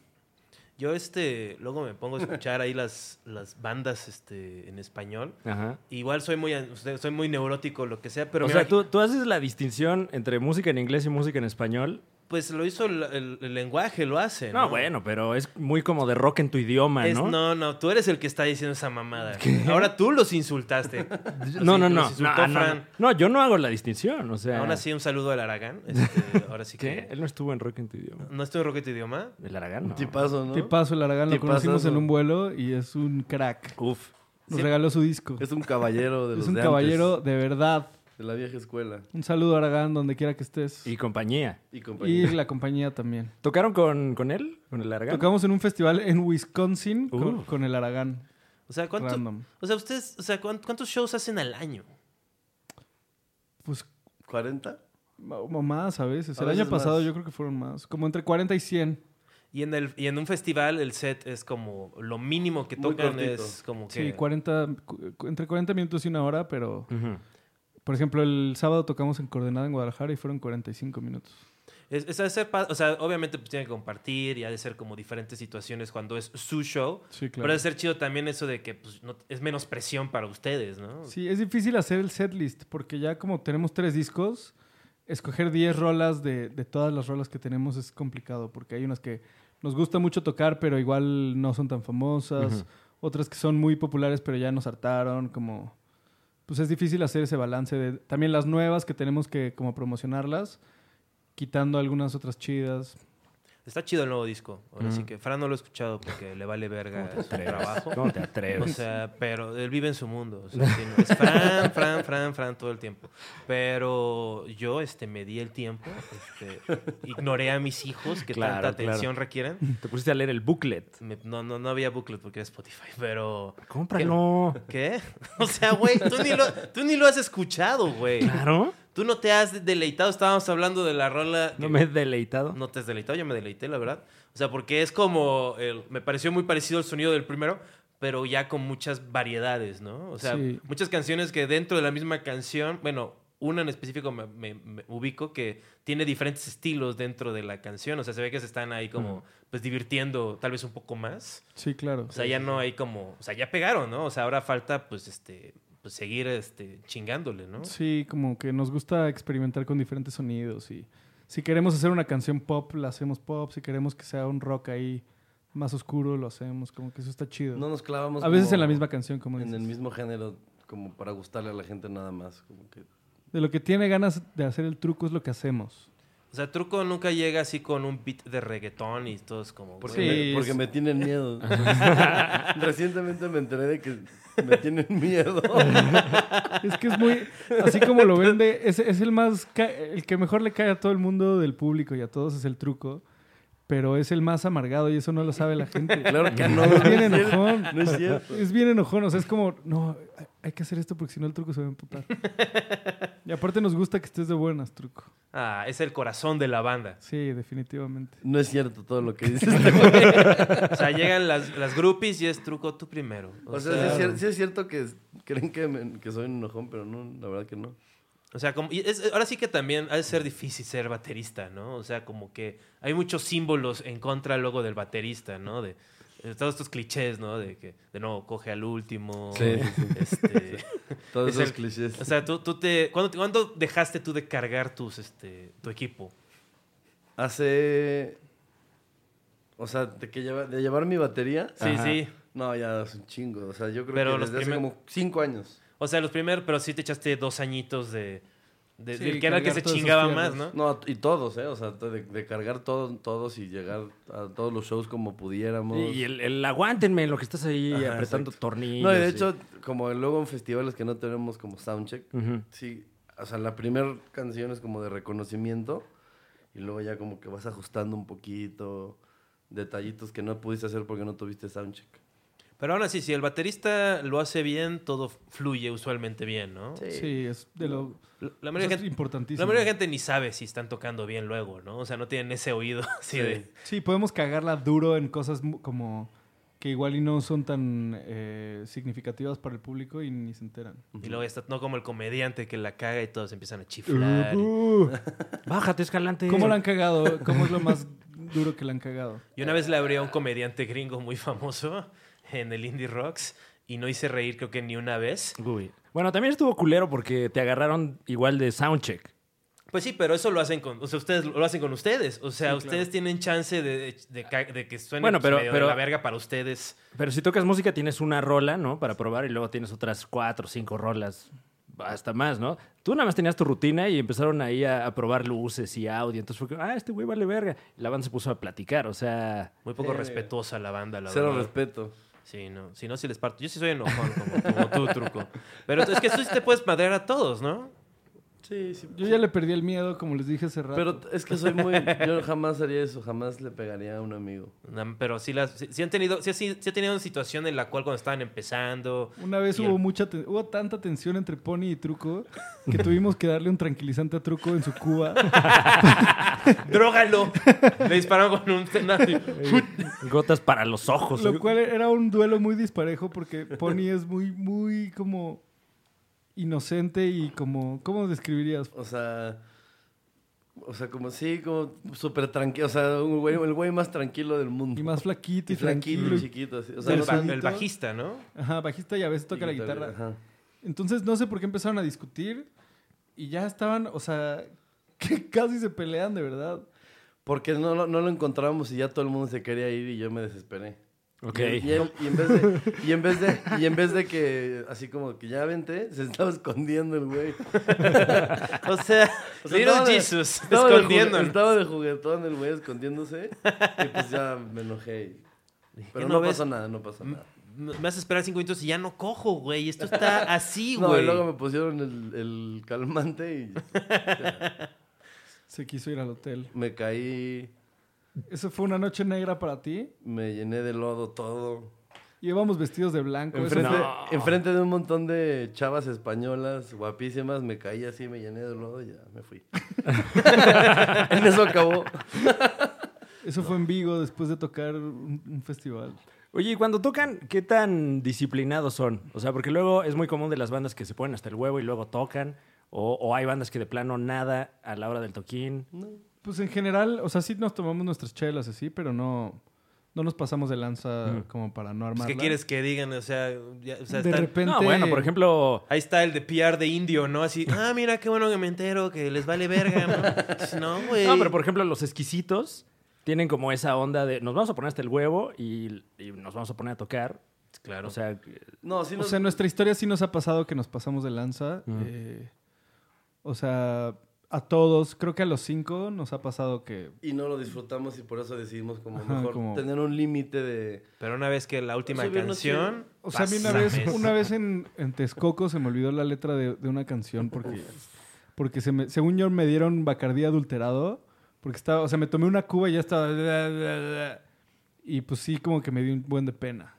C: Yo, este, luego me pongo a escuchar ahí las, las bandas este, en español.
B: Ajá.
C: Igual soy muy, soy muy neurótico, lo que sea, pero
B: o
C: me
B: sea,
C: imagi-
B: tú, tú haces la distinción entre música en inglés y música en español.
C: pues lo hizo el, el- el lenguaje, lo hace.
B: No, bueno, pero es muy como de rock en tu idioma,
C: Eh, Es-
B: ¿no?
C: no, no, tú eres el que está diciendo esa mamada. Ahora tú los insultaste.
B: no,
C: Así,
B: no,
C: los
B: no.
C: insultó
B: No, no,
C: Fran.
B: no. No, yo no hago la distinción, o sea.
C: Aún así, un saludo al Aragán. Este, ahora sí
B: ¿Qué?
C: que.
B: Él no estuvo en rock en tu idioma.
C: No estoy en Rocket Idioma.
B: El Aragán, no.
A: Tipazo, ¿no?
D: Tipazo, el Aragán lo
A: Tipazazo.
D: conocimos en un vuelo y es un crack.
B: Uf.
D: Nos
C: Sí.
D: regaló su disco. Es,
A: Es un caballero de los
D: un
A: de
D: caballero
A: antes,
D: de verdad.
A: de la vieja escuela.
D: Un saludo, Aragán, donde quiera que estés. Y,
B: Y compañía.
A: Y compañía.
D: la compañía también.
B: ¿Tocaron con, con él? ¿Con el Aragán?
D: Tocamos en un festival en Wisconsin
B: Uh.
D: con, con el Aragán.
C: O sea, ¿cuánto-
D: Random.
C: o sea, ustedes, o sea, ¿cuán- ¿cuántos shows hacen al año?
D: Pues
A: ¿40?
D: ma- ma- más a veces.
A: A
D: el
A: veces
D: año pasado
A: más.
D: yo creo que fueron más. Como entre 40 y 100.
C: Y en, el, y en un festival el set es como lo mínimo que
A: Muy
C: tocan
A: cortito.
C: es como que...
D: Sí, 40, cu- entre 40 minutos y una hora, pero...
B: Ujú.
D: Por ejemplo, el sábado tocamos en Coordenada en Guadalajara y fueron 45 minutos.
C: Es, es- ha de ser pa- o sea, obviamente pues tienen que compartir y ha de ser como diferentes situaciones cuando es su show.
D: Sí, claro.
C: Pero ha de ser chido también eso de que pues, no- es menos presión para ustedes, ¿no?
D: Sí, es difícil hacer el setlist porque ya como tenemos tres discos, escoger 10 rolas de, de todas las rolas que tenemos es complicado porque hay unas que nos gusta mucho tocar pero igual no son tan famosas, otras que son muy populares pero ya nos hartaron, como pues es difícil hacer ese balance de también las nuevas que tenemos que como promocionarlas, quitando algunas otras chidas.
C: Está chido el nuevo disco. Ahora sí
B: Mm.
C: que Fran no lo he escuchado porque le vale verga su
B: atreves?
C: trabajo.
B: ¿Cómo te
C: O
B: atreves?
C: sea, pero él vive en su mundo. o sea, sí, no, es Fran, Fran, Fran, Fran todo el tiempo. Pero yo este, me di el tiempo, este, ignoré a mis hijos que
B: Claro,
C: tanta
B: claro.
C: atención requieren.
B: Te pusiste a leer el booklet.
C: Me- no, no, no había booklet porque era Spotify, pero...
B: Cómpralo.
C: ¿Qué? O sea, güey, tú, ni lo- tú ni lo has escuchado, güey.
B: Claro.
C: Tú no te has deleitado. Estábamos hablando de la rola. que-
B: No me he deleitado.
C: no te has deleitado, yo me deleité, la verdad. O sea, porque es como. el- me pareció muy parecido al sonido del primero, pero ya con muchas variedades, ¿no? O sea,
D: Sí.
C: muchas canciones que dentro de la misma canción. Bueno, una en específico me, me- me ubico que tiene diferentes estilos dentro de la canción. O sea, se ve que se están ahí como. Pues divirtiendo tal vez un poco más.
D: Sí, claro.
C: O sea, ya no hay como. O sea, ya pegaron, ¿no? O sea, ahora falta, pues, este. Pues seguir este, chingándole, ¿no?
D: Sí, como que nos gusta experimentar con diferentes sonidos y si queremos hacer una canción pop, la hacemos pop, si queremos que sea un rock ahí más oscuro, lo hacemos, como que eso está chido.
A: No nos clavamos.
D: a veces
A: como
D: en la misma canción, como
A: En
D: dices.
A: el mismo género como para gustarle a la gente nada más. Como que
D: De lo que tiene ganas de hacer el truco es lo que hacemos.
C: O sea, Truco nunca llega así con un beat de reggaetón y todo es como...
A: Porque,
C: güey.
D: Sí,
A: me, porque
D: es-
A: me tienen miedo. Recientemente me enteré de que me tienen miedo.
D: Es que es muy. Así como lo vende, es, es el más. ca- El que mejor le cae a todo el mundo del público y a todos es el truco. Pero es el más amargado y eso no lo sabe la gente.
A: Claro que no.
D: Es
A: no
D: bien
A: es cierto.
D: enojón.
A: No es cierto.
D: Es bien enojón. O sea, es como, no, hay- hay que hacer esto porque si no el truco se va a emputar. Y aparte nos gusta que estés de buenas, truco.
C: Ah, es el corazón de la banda.
D: Sí, definitivamente.
A: No es cierto todo lo que dices. este güey.
C: O sea, llegan las, las groupies y es Truco tú primero.
A: O sea, sí, es cier- sí es cierto que es- creen que, me- que soy un enojón, pero no, la verdad que no.
C: O sea, como, y es- ahora sí que también ha de ser difícil ser baterista, ¿no? O sea, como que hay muchos símbolos en contra luego del baterista, ¿no? De, de todos estos clichés, ¿no? De que, de no, coge al último.
A: Sí, sí, sí.
C: Este,
A: Todos
C: Es
A: esos
C: el-
A: clichés.
C: o sea, tú, tú te... ¿cuándo, te- cuándo dejaste tú de cargar tus, este, tu equipo?
A: Hace. O sea, de, que lleva- de llevar mi batería.
C: Sí, sí.
A: No, ya es un chingo. O sea, yo creo
C: Pero
A: que
C: los
A: desde hace
C: primer-
A: como cinco años.
C: O sea, los primeros, pero sí te echaste dos añitos de... de-
D: Sí,
C: del que era el que
D: cargar
C: se
D: todas esas
C: chingaba
D: piernas.
C: más, ¿no?
A: No, y todos, ¿eh? O sea, de, de cargar todos, todos y llegar a todos los shows como pudiéramos.
B: Y el, el aguántenme en lo que estás ahí
A: Ajá,
B: apretando
A: exacto.
B: tornillos.
A: No, y de
B: y-
A: hecho, como luego en festivales que no tenemos como soundcheck,
B: Ujú.
A: sí, o sea, la primera canción es como de reconocimiento y luego ya como que vas ajustando un poquito detallitos que no pudiste hacer porque no tuviste soundcheck.
C: Pero ahora sí, si el baterista lo hace bien, todo fluye usualmente bien, ¿no?
A: Sí.
D: Sí, es de lo.
C: La- La
D: eso
C: mayoría de
D: es
C: gente-
D: importantísimo.
C: La mayoría de gente ni sabe si están tocando bien luego, ¿no? O sea, no tienen ese oído así de...
D: Sí, podemos cagarla duro en cosas mu- como que igual y no son tan eh, significativas para el público y ni se enteran.
C: Y luego ya está, no como el comediante que la caga y todos empiezan a chiflar. y-
B: Uh, bájate, escalante.
D: Uh-huh. ¿Cómo la han cagado? ¿Cómo es lo más duro que la han cagado?
C: Yo una vez le abrí a un comediante gringo muy famoso en el Indie Rocks y no hice reír creo que ni una vez.
B: Uy. Bueno, también estuvo culero porque te agarraron igual de soundcheck.
C: Pues sí, pero eso lo hacen con... O sea, ustedes lo hacen con ustedes. O sea, ustedes tienen chance de, de ca- de que suene
B: Bueno,
C: pues,
B: pero-
C: medio de
B: pero-
C: la verga para ustedes.
B: Pero si tocas música tienes una rola, ¿no? Para probar y luego tienes otras cuatro o cinco rolas, hasta más, ¿no? Tú nada más tenías tu rutina y empezaron ahí a, a probar luces y audio. Entonces fue como, ah, este güey vale verga. Y la banda se puso a platicar, o sea...
C: Muy poco
A: Sí.
C: respetuosa la banda, la
A: Cero
C: verdad.
A: respeto.
C: Sí, no. Si no, si les parto. Yo sí soy enojón, como, como tú, truco. Pero es que tú sí te puedes madrear a todos, ¿no?
A: Sí, sí.
D: Yo ya le perdí el miedo, como les dije hace rato.
A: Pero es que soy muy... Yo jamás haría eso, jamás le pegaría a un amigo.
C: No, Pero sí, las, sí, sí han tenido, sí, sí, sí han tenido una situación en la cual cuando estaban empezando.
D: Una vez
C: y
D: hubo
C: el-
D: mucha ten- hubo tanta tensión entre Pony y Truco que tuvimos que darle un tranquilizante a Truco en su cuba.
C: ¡Drógalo! Le dispararon con un tenaz.
B: Gotas para los ojos. ¿eh?
D: lo cual era un duelo muy disparejo porque Pony es muy, muy como inocente y como, ¿cómo describirías?
A: O sea, o sea, como sí, como súper tranquilo. O sea, un güey- el güey más tranquilo del mundo.
D: Y más flaquito y,
A: Y flaquito
D: tranquilo.
A: y
D: y-
A: chiquito. así. O sea,
C: El,
A: no-
C: ba-
D: sonido.
C: el bajista, ¿no?
D: Ajá, bajista y a veces toca la
A: y
D: guitarra.
A: Ajá.
D: Entonces no sé por qué empezaron a discutir y ya estaban, o sea, que casi se pelean de verdad.
A: Porque no, lo- no lo encontrábamos y ya todo el mundo se quería ir y yo me desesperé.
B: Ok.
A: Y, y él- y en vez de, y en vez de, y en vez de que, así como que ya vente, se estaba escondiendo el güey.
C: O sea,
A: O sea,
C: Little
A: estaba de-
C: Jesus,
A: Estaba de jugue-
C: escondiendo.
A: estaba de juguetón el güey escondiéndose. Y pues ya me enojé. y- Pero
C: ¿no
A: no,
C: ves? Mm,
A: pasó nada, no pasó nada.
C: Me vas a esperar cinco minutos y ya no cojo, güey. Esto está así,
A: No, y
C: güey.
A: luego me pusieron el, el calmante y
D: Se quiso ir al hotel.
A: me caí,
D: Eso fue una noche negra para ti.
A: me llené de lodo todo.
D: Llevamos vestidos de blanco. eso
A: Enfrente,
D: fue-
B: No.
A: enfrente de un montón de chavas españolas guapísimas, me caí así, me llené de lodo y ya me fui. en eso acabó.
D: Eso fue en Vigo después de tocar un, un festival.
B: Oye, y cuando tocan, ¿qué tan disciplinados son? O sea, porque luego es muy común de las bandas que se ponen hasta el huevo y luego tocan. O, o hay bandas que de plano nada a la hora del toquín.
D: Pues en general, o sea, sí nos tomamos nuestras chelas así, pero no, no nos pasamos de lanza como para no
C: Pues,
D: armarla.
C: ¿Qué quieres que digan? O sea, ya- o sea,
D: de
C: están-
D: repente.
B: No, bueno, por ejemplo,
C: Ahí está el de PR de indio, ¿no? Así, ah, mira, qué bueno que me entero, que les vale verga, ¿no? Pues, No, güey.
B: No, pero por ejemplo, los exquisitos tienen como esa onda de nos vamos a poner hasta el huevo y, y nos vamos a poner a tocar. claro. O sea,
A: No, sí
D: O
A: nos-
D: sea, en nuestra historia sí nos ha pasado que nos pasamos de lanza. eh, o sea, a todos, creo que a los cinco nos ha pasado que...
A: y no lo disfrutamos y por eso decidimos como
D: Ajá,
A: mejor
D: como-
A: tener un límite de...
C: Pero una vez que la última
A: Subirnos
C: canción.
D: O sea, a mí una
C: pásame
D: vez,
C: eso.
D: una vez en, en Texcoco se me olvidó la letra de, de una canción porque, porque se me- según yo me dieron Bacardí adulterado. Porque estaba, o sea, me tomé una cuba y ya estaba... Y pues sí, como que me dio un buen de pena.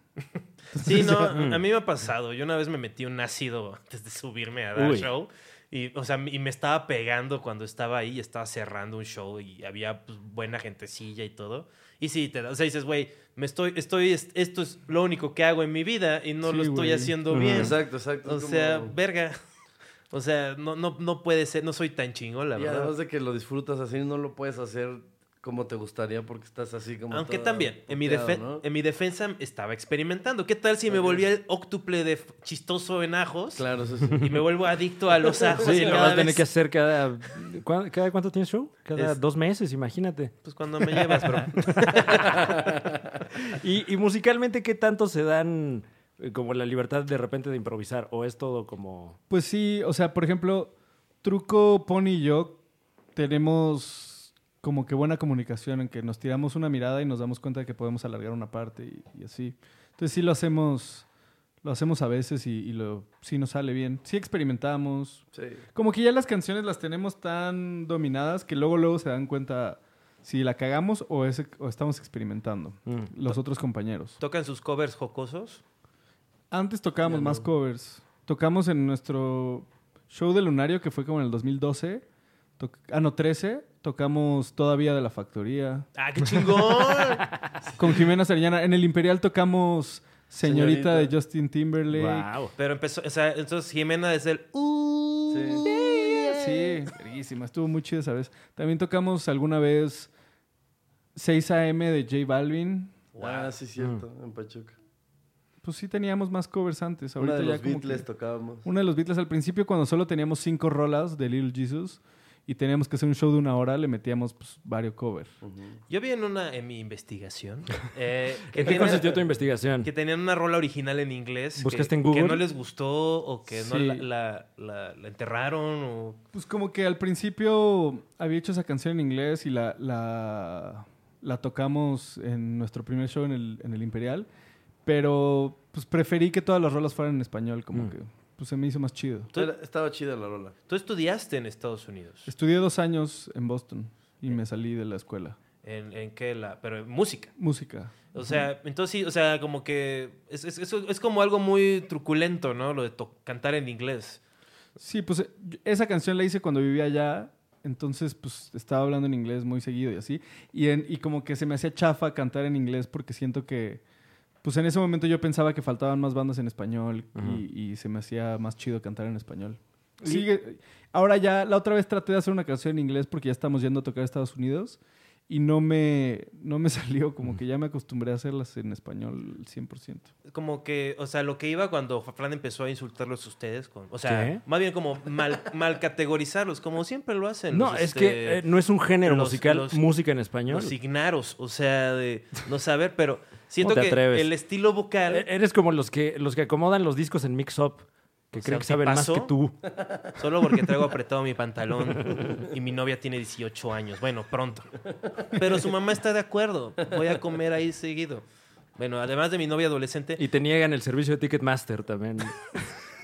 C: Sí, no,
D: Mm.
C: a mí me ha pasado. Yo una vez me metí un ácido antes de subirme a dar
B: Uy.
C: show. Y, o sea, y me estaba pegando cuando estaba ahí y estaba cerrando un show y había pues, buena gentecilla y todo. Y sí, te da- o sea, dices, güey, me estoy, estoy, es- esto es lo único que hago en mi vida y no
D: Sí,
C: lo estoy
D: güey.
C: haciendo
B: Ajá.
C: bien.
A: Exacto, exacto.
C: O
A: es como-
C: sea, verga. O sea, no, no, no puede ser, no soy tan chingón, la
A: Y
C: verdad.
A: además de que lo disfrutas así, no lo puedes hacer como te gustaría porque estás así como...
C: Aunque
A: toda
C: también, en mi,
A: puteado,
C: defen-
A: ¿no?
C: en mi defensa estaba experimentando. ¿Qué tal si me
A: Ok.
C: volvía el óctuple de f- chistoso en ajos?
A: Claro, eso sí.
C: Y me vuelvo adicto a los ajos.
B: sí,
C: y
B: lo
C: cada
B: vas a tener
C: vez-
B: que hacer cada... ¿cuá- ¿Cada cuánto tienes show? Cada
C: Es-
B: dos meses, imagínate.
C: Pues cuando me llevas, bro.
B: Y, y musicalmente, ¿qué tanto se dan eh, como la libertad de repente de improvisar? ¿O es todo como...?
D: Pues sí, o sea, por ejemplo, Truco, Pony y yo tenemos como que buena comunicación en que nos tiramos una mirada y nos damos cuenta de que podemos alargar una parte y, y así. Entonces sí lo hacemos, lo hacemos a veces y, y lo, sí nos sale bien. Sí experimentamos.
A: sí.
D: Como que ya las canciones las tenemos tan dominadas que luego luego se dan cuenta si la cagamos o, es- o estamos experimentando.
B: Mm.
D: Los otros compañeros.
C: ¿Tocan sus covers jocosos?
D: Antes tocábamos más covers. Tocamos en nuestro show de Lunario, que fue como en el 2012. Toc- ah, no, 13. Tocamos todavía de la factoría.
C: ¡Ah, qué chingón!
D: Con Jimena Sariñana. En el Imperial tocamos Señorita,
A: Señorita.
D: de Justin Timberlake.
B: Wow.
C: Pero empezó, o sea, entonces Jimena es el... "Uh,
A: Sí.
C: yeah".
D: Sí, verguísima. Estuvo muy chida esa vez. También tocamos alguna vez 6 AM de J Balvin.
C: Wow.
A: Ah, sí, cierto,
D: Mm.
A: en Pachuca.
D: Pues sí, teníamos más covers antes.
A: Una
D: Ahorita
A: de
D: ya
A: los
D: como
A: Beatles
D: que-
A: tocábamos.
D: Uno de los Beatles al principio, cuando solo teníamos cinco rolas de Little Jesus y teníamos que hacer un show de una hora, le metíamos pues, varios covers.
C: Yo vi en una, en mi investigación, eh, que,
B: ¿En qué
C: tenían,
B: consistió tu investigación?
C: que tenían una rola original en inglés. que-
B: ¿Buscaste en Google?
C: Que no les gustó o que no
D: Sí.
C: la, la- la- la enterraron o...
D: Pues como que al principio había hecho esa canción en inglés y la, la, la tocamos en nuestro primer show en el, en el Imperial, pero pues preferí que todas las rolas fueran en español, como
B: Mm.
D: que pues, se me hizo más chido.
A: Era- estaba chida la rola.
C: Tú estudiaste en Estados Unidos.
D: Estudié dos años en Boston y me salí de la escuela.
C: ¿En, en qué? La, pero en música.
D: Música.
C: O sea, entonces sí, o sea, como que es, es, es- es como algo muy truculento, ¿no? Lo de to- cantar en inglés.
D: Sí, pues eh, yo- esa canción la hice cuando vivía allá, entonces pues estaba hablando en inglés muy seguido y así, y, en- y como que se me hacía chafa cantar en inglés porque siento que, pues en ese momento yo pensaba que faltaban más bandas en español y-
B: Ujú.
D: y, se me hacía más chido cantar en español. Sigue- ahora ya, la otra vez traté de hacer una canción en inglés porque ya estamos yendo a tocar a Estados Unidos. Y no me, no me salió, como que ya me acostumbré a hacerlas en español 100%.
C: Como que, o sea, lo que iba cuando Fran empezó a insultarlos a ustedes, con, o sea,
B: ¿Qué?
C: más bien como mal, mal categorizarlos, como siempre lo hacen.
B: No,
C: los,
B: es
C: este,
B: que eh, no es un género
C: los-
B: musical,
C: los-
B: música en español.
C: los ignaros, o sea, de no saber, pero siento
B: te
C: que
B: atreves?
C: el estilo vocal,
B: E- Eres como los que, los que acomodan los discos en mix-up, que
C: O sea,
B: creen que saben más
C: tipazo.
B: que tú. eh.
C: solo porque traigo apretado mi pantalón y mi novia tiene 18 años, bueno, pronto. Pero su mamá está de acuerdo, voy a comer ahí seguido. Bueno, además de mi novia adolescente,
B: Y te niegan el servicio de Ticketmaster también.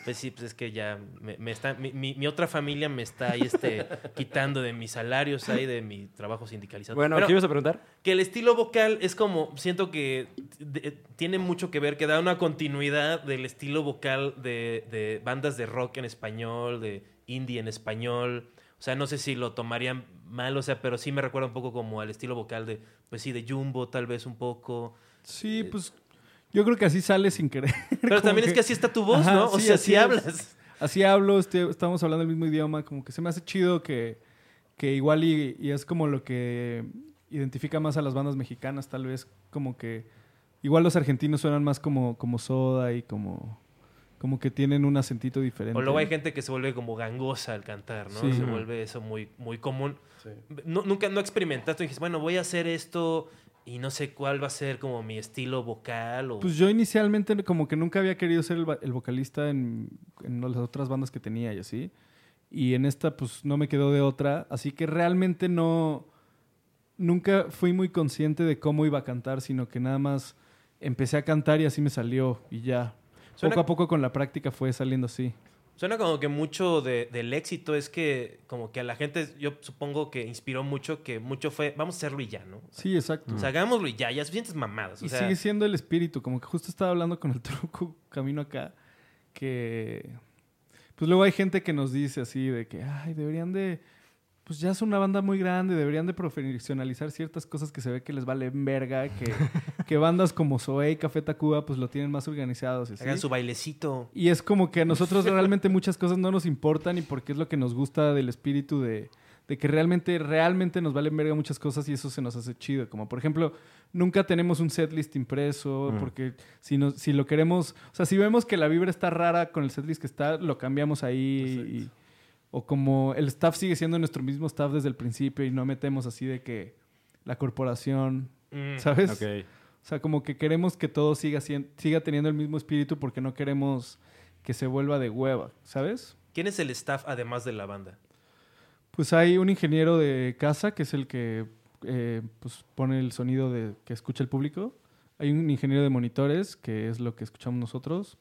C: Pues sí, pues es que ya me, me está, mi, mi- mi otra familia me está ahí este, quitando de mis salarios ahí, de mi trabajo sindicalizado.
B: Bueno,
C: Pero
B: ¿qué ibas a preguntar?
C: que el estilo vocal es como, siento que de- tiene mucho que ver, que da una continuidad del estilo vocal de, de bandas de rock en español, de indie en español. O sea, no sé si lo tomarían mal, o sea, pero sí me recuerda un poco como al estilo vocal de, pues sí, de Jumbo tal vez un poco.
D: Sí, pues yo creo que así sale sin querer.
C: Pero
D: Como
C: también es que así está tu voz,
D: Ajá,
C: ¿no? O
D: sí,
C: sea,
D: así
C: si
D: es.
C: hablas.
D: Así hablo, este, estamos hablando el mismo idioma, como que se me hace chido que, que igual y, y es como lo que identifica más a las bandas mexicanas, tal vez como que igual los argentinos suenan más como, como soda y como, como que tienen un acentito diferente.
C: O luego hay gente que se vuelve como gangosa al cantar, ¿no?
D: Sí.
C: Se vuelve eso muy, muy común.
A: Sí.
C: No- nunca no experimentaste y dijiste, bueno, voy a hacer esto Y no sé cuál va a ser como mi estilo vocal o...
D: Pues yo inicialmente como que nunca había querido ser el, va- el vocalista en, en las otras bandas que tenía y así. Y en esta pues no me quedó de otra. Así que realmente no... Nunca fui muy consciente de cómo iba a cantar, sino que nada más empecé a cantar y así me salió y ya.
C: Suena-
D: Poco a poco con la práctica fue saliendo así.
C: Suena como que mucho de- del éxito es que como que a la gente, yo supongo que inspiró mucho, que mucho fue, vamos a hacerlo y ya, ¿no?
D: Sí, exacto.
C: O sea, hagámoslo y ya, ya suficientes mamadas. O
D: Mm. Y
C: sea,
D: sigue siendo el espíritu, como que justo estaba hablando con el truco camino acá, que pues luego hay gente que nos dice así de que, ay, deberían de, pues ya es una banda muy grande, deberían de profesionalizar ciertas cosas que se ve que les valen verga, que, que bandas como Zoe y Café Tacuba pues lo tienen más organizados. y así.
C: hagan su bailecito.
D: Y es como que a nosotros realmente muchas cosas no nos importan y porque es lo que nos gusta del espíritu de, de que realmente, realmente nos valen verga muchas cosas y eso se nos hace chido. Como por ejemplo, nunca tenemos un setlist impreso porque si, nos, si lo queremos, o sea, si vemos que la vibra está rara con el setlist que está, lo cambiamos ahí. y- o como el staff sigue siendo nuestro mismo staff desde el principio y no metemos así de que la corporación,
C: Mm.
D: ¿sabes?
B: Ok.
D: O sea, como que queremos que todo siga, sien- siga teniendo el mismo espíritu porque no queremos que se vuelva de hueva, ¿sabes?
C: ¿Quién es el staff además de la banda?
D: Pues hay un ingeniero de casa que es el que eh, pues pone el sonido de, que escucha el público. Hay un ingeniero de monitores, que es lo que escuchamos nosotros.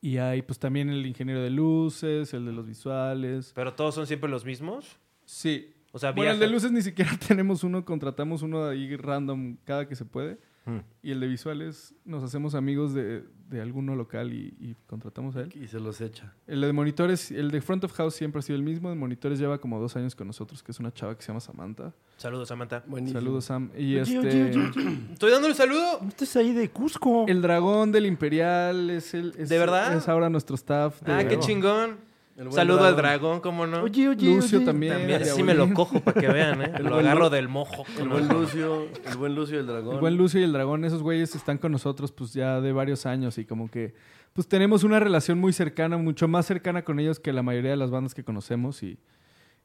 D: Y hay pues también el ingeniero de luces, el de los visuales.
C: ¿Pero todos son siempre los mismos?
D: Sí.
C: O sea,
D: Bueno, el de
C: viajan-
D: luces ni siquiera tenemos uno, contratamos uno ahí random cada que se puede.
B: Mm.
D: Y el de visuales, nos hacemos amigos de, de alguno local y, y contratamos a él.
A: Y se los echa.
D: El de monitores, el de front of house siempre ha sido el mismo. El de monitores lleva como dos años con nosotros, que es una chava que se llama Samantha.
C: Saludos, Samantha.
A: Buenísimo.
D: Saludos, Sam. Y
B: Oye,
D: este,
B: oye, oye, oye.
C: Estoy dándole un saludo.
B: ¿No estás ahí de Cusco?
D: el dragón del imperial es el... es-
C: ¿De verdad?
D: Es ahora nuestro staff. de-
C: Ah, qué
B: Luego.
C: chingón.
A: El buen
C: Saludo al dragón, ¿cómo no?
B: Oye, oye,
D: Lucio
B: oye.
D: también.
C: También
D: el
C: así me lo
D: Diabolín.
C: cojo para que vean, ¿eh? Lo
A: buen
C: agarro
A: Lu-
C: del mojo.
A: El buen Lucio, el buen Lucio y el dragón.
D: El buen Lucio y el dragón, esos güeyes están con nosotros pues ya de varios años y como que pues tenemos una relación muy cercana, mucho más cercana con ellos que la mayoría de las bandas que conocemos y,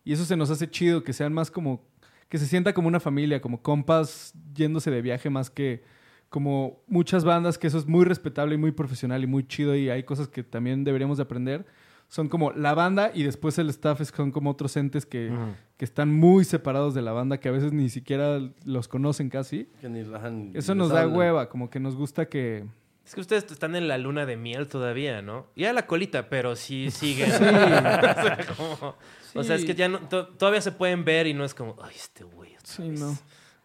D: y eso se nos hace chido, que sean más como, que se sienta como una familia, como compas yéndose de viaje más que como muchas bandas, que eso es muy respetable y muy profesional y muy chido y hay cosas que también deberíamos de aprender. Son como la banda y después el staff es- son como otros entes que,
B: Ujú.
D: que están muy separados de la banda, que a veces ni siquiera los conocen casi.
A: Que ni la- ni
D: Eso
A: les
D: nos da
A: hablan.
D: hueva, como que nos gusta que...
C: Es que ustedes están en la luna de miel todavía, ¿no? Ya la colita, pero sí siguen. Como- O sea, es que ya no, to- todavía se pueden ver y no es como, ay, este güey. otra
D: Sí,
C: vez".
D: no.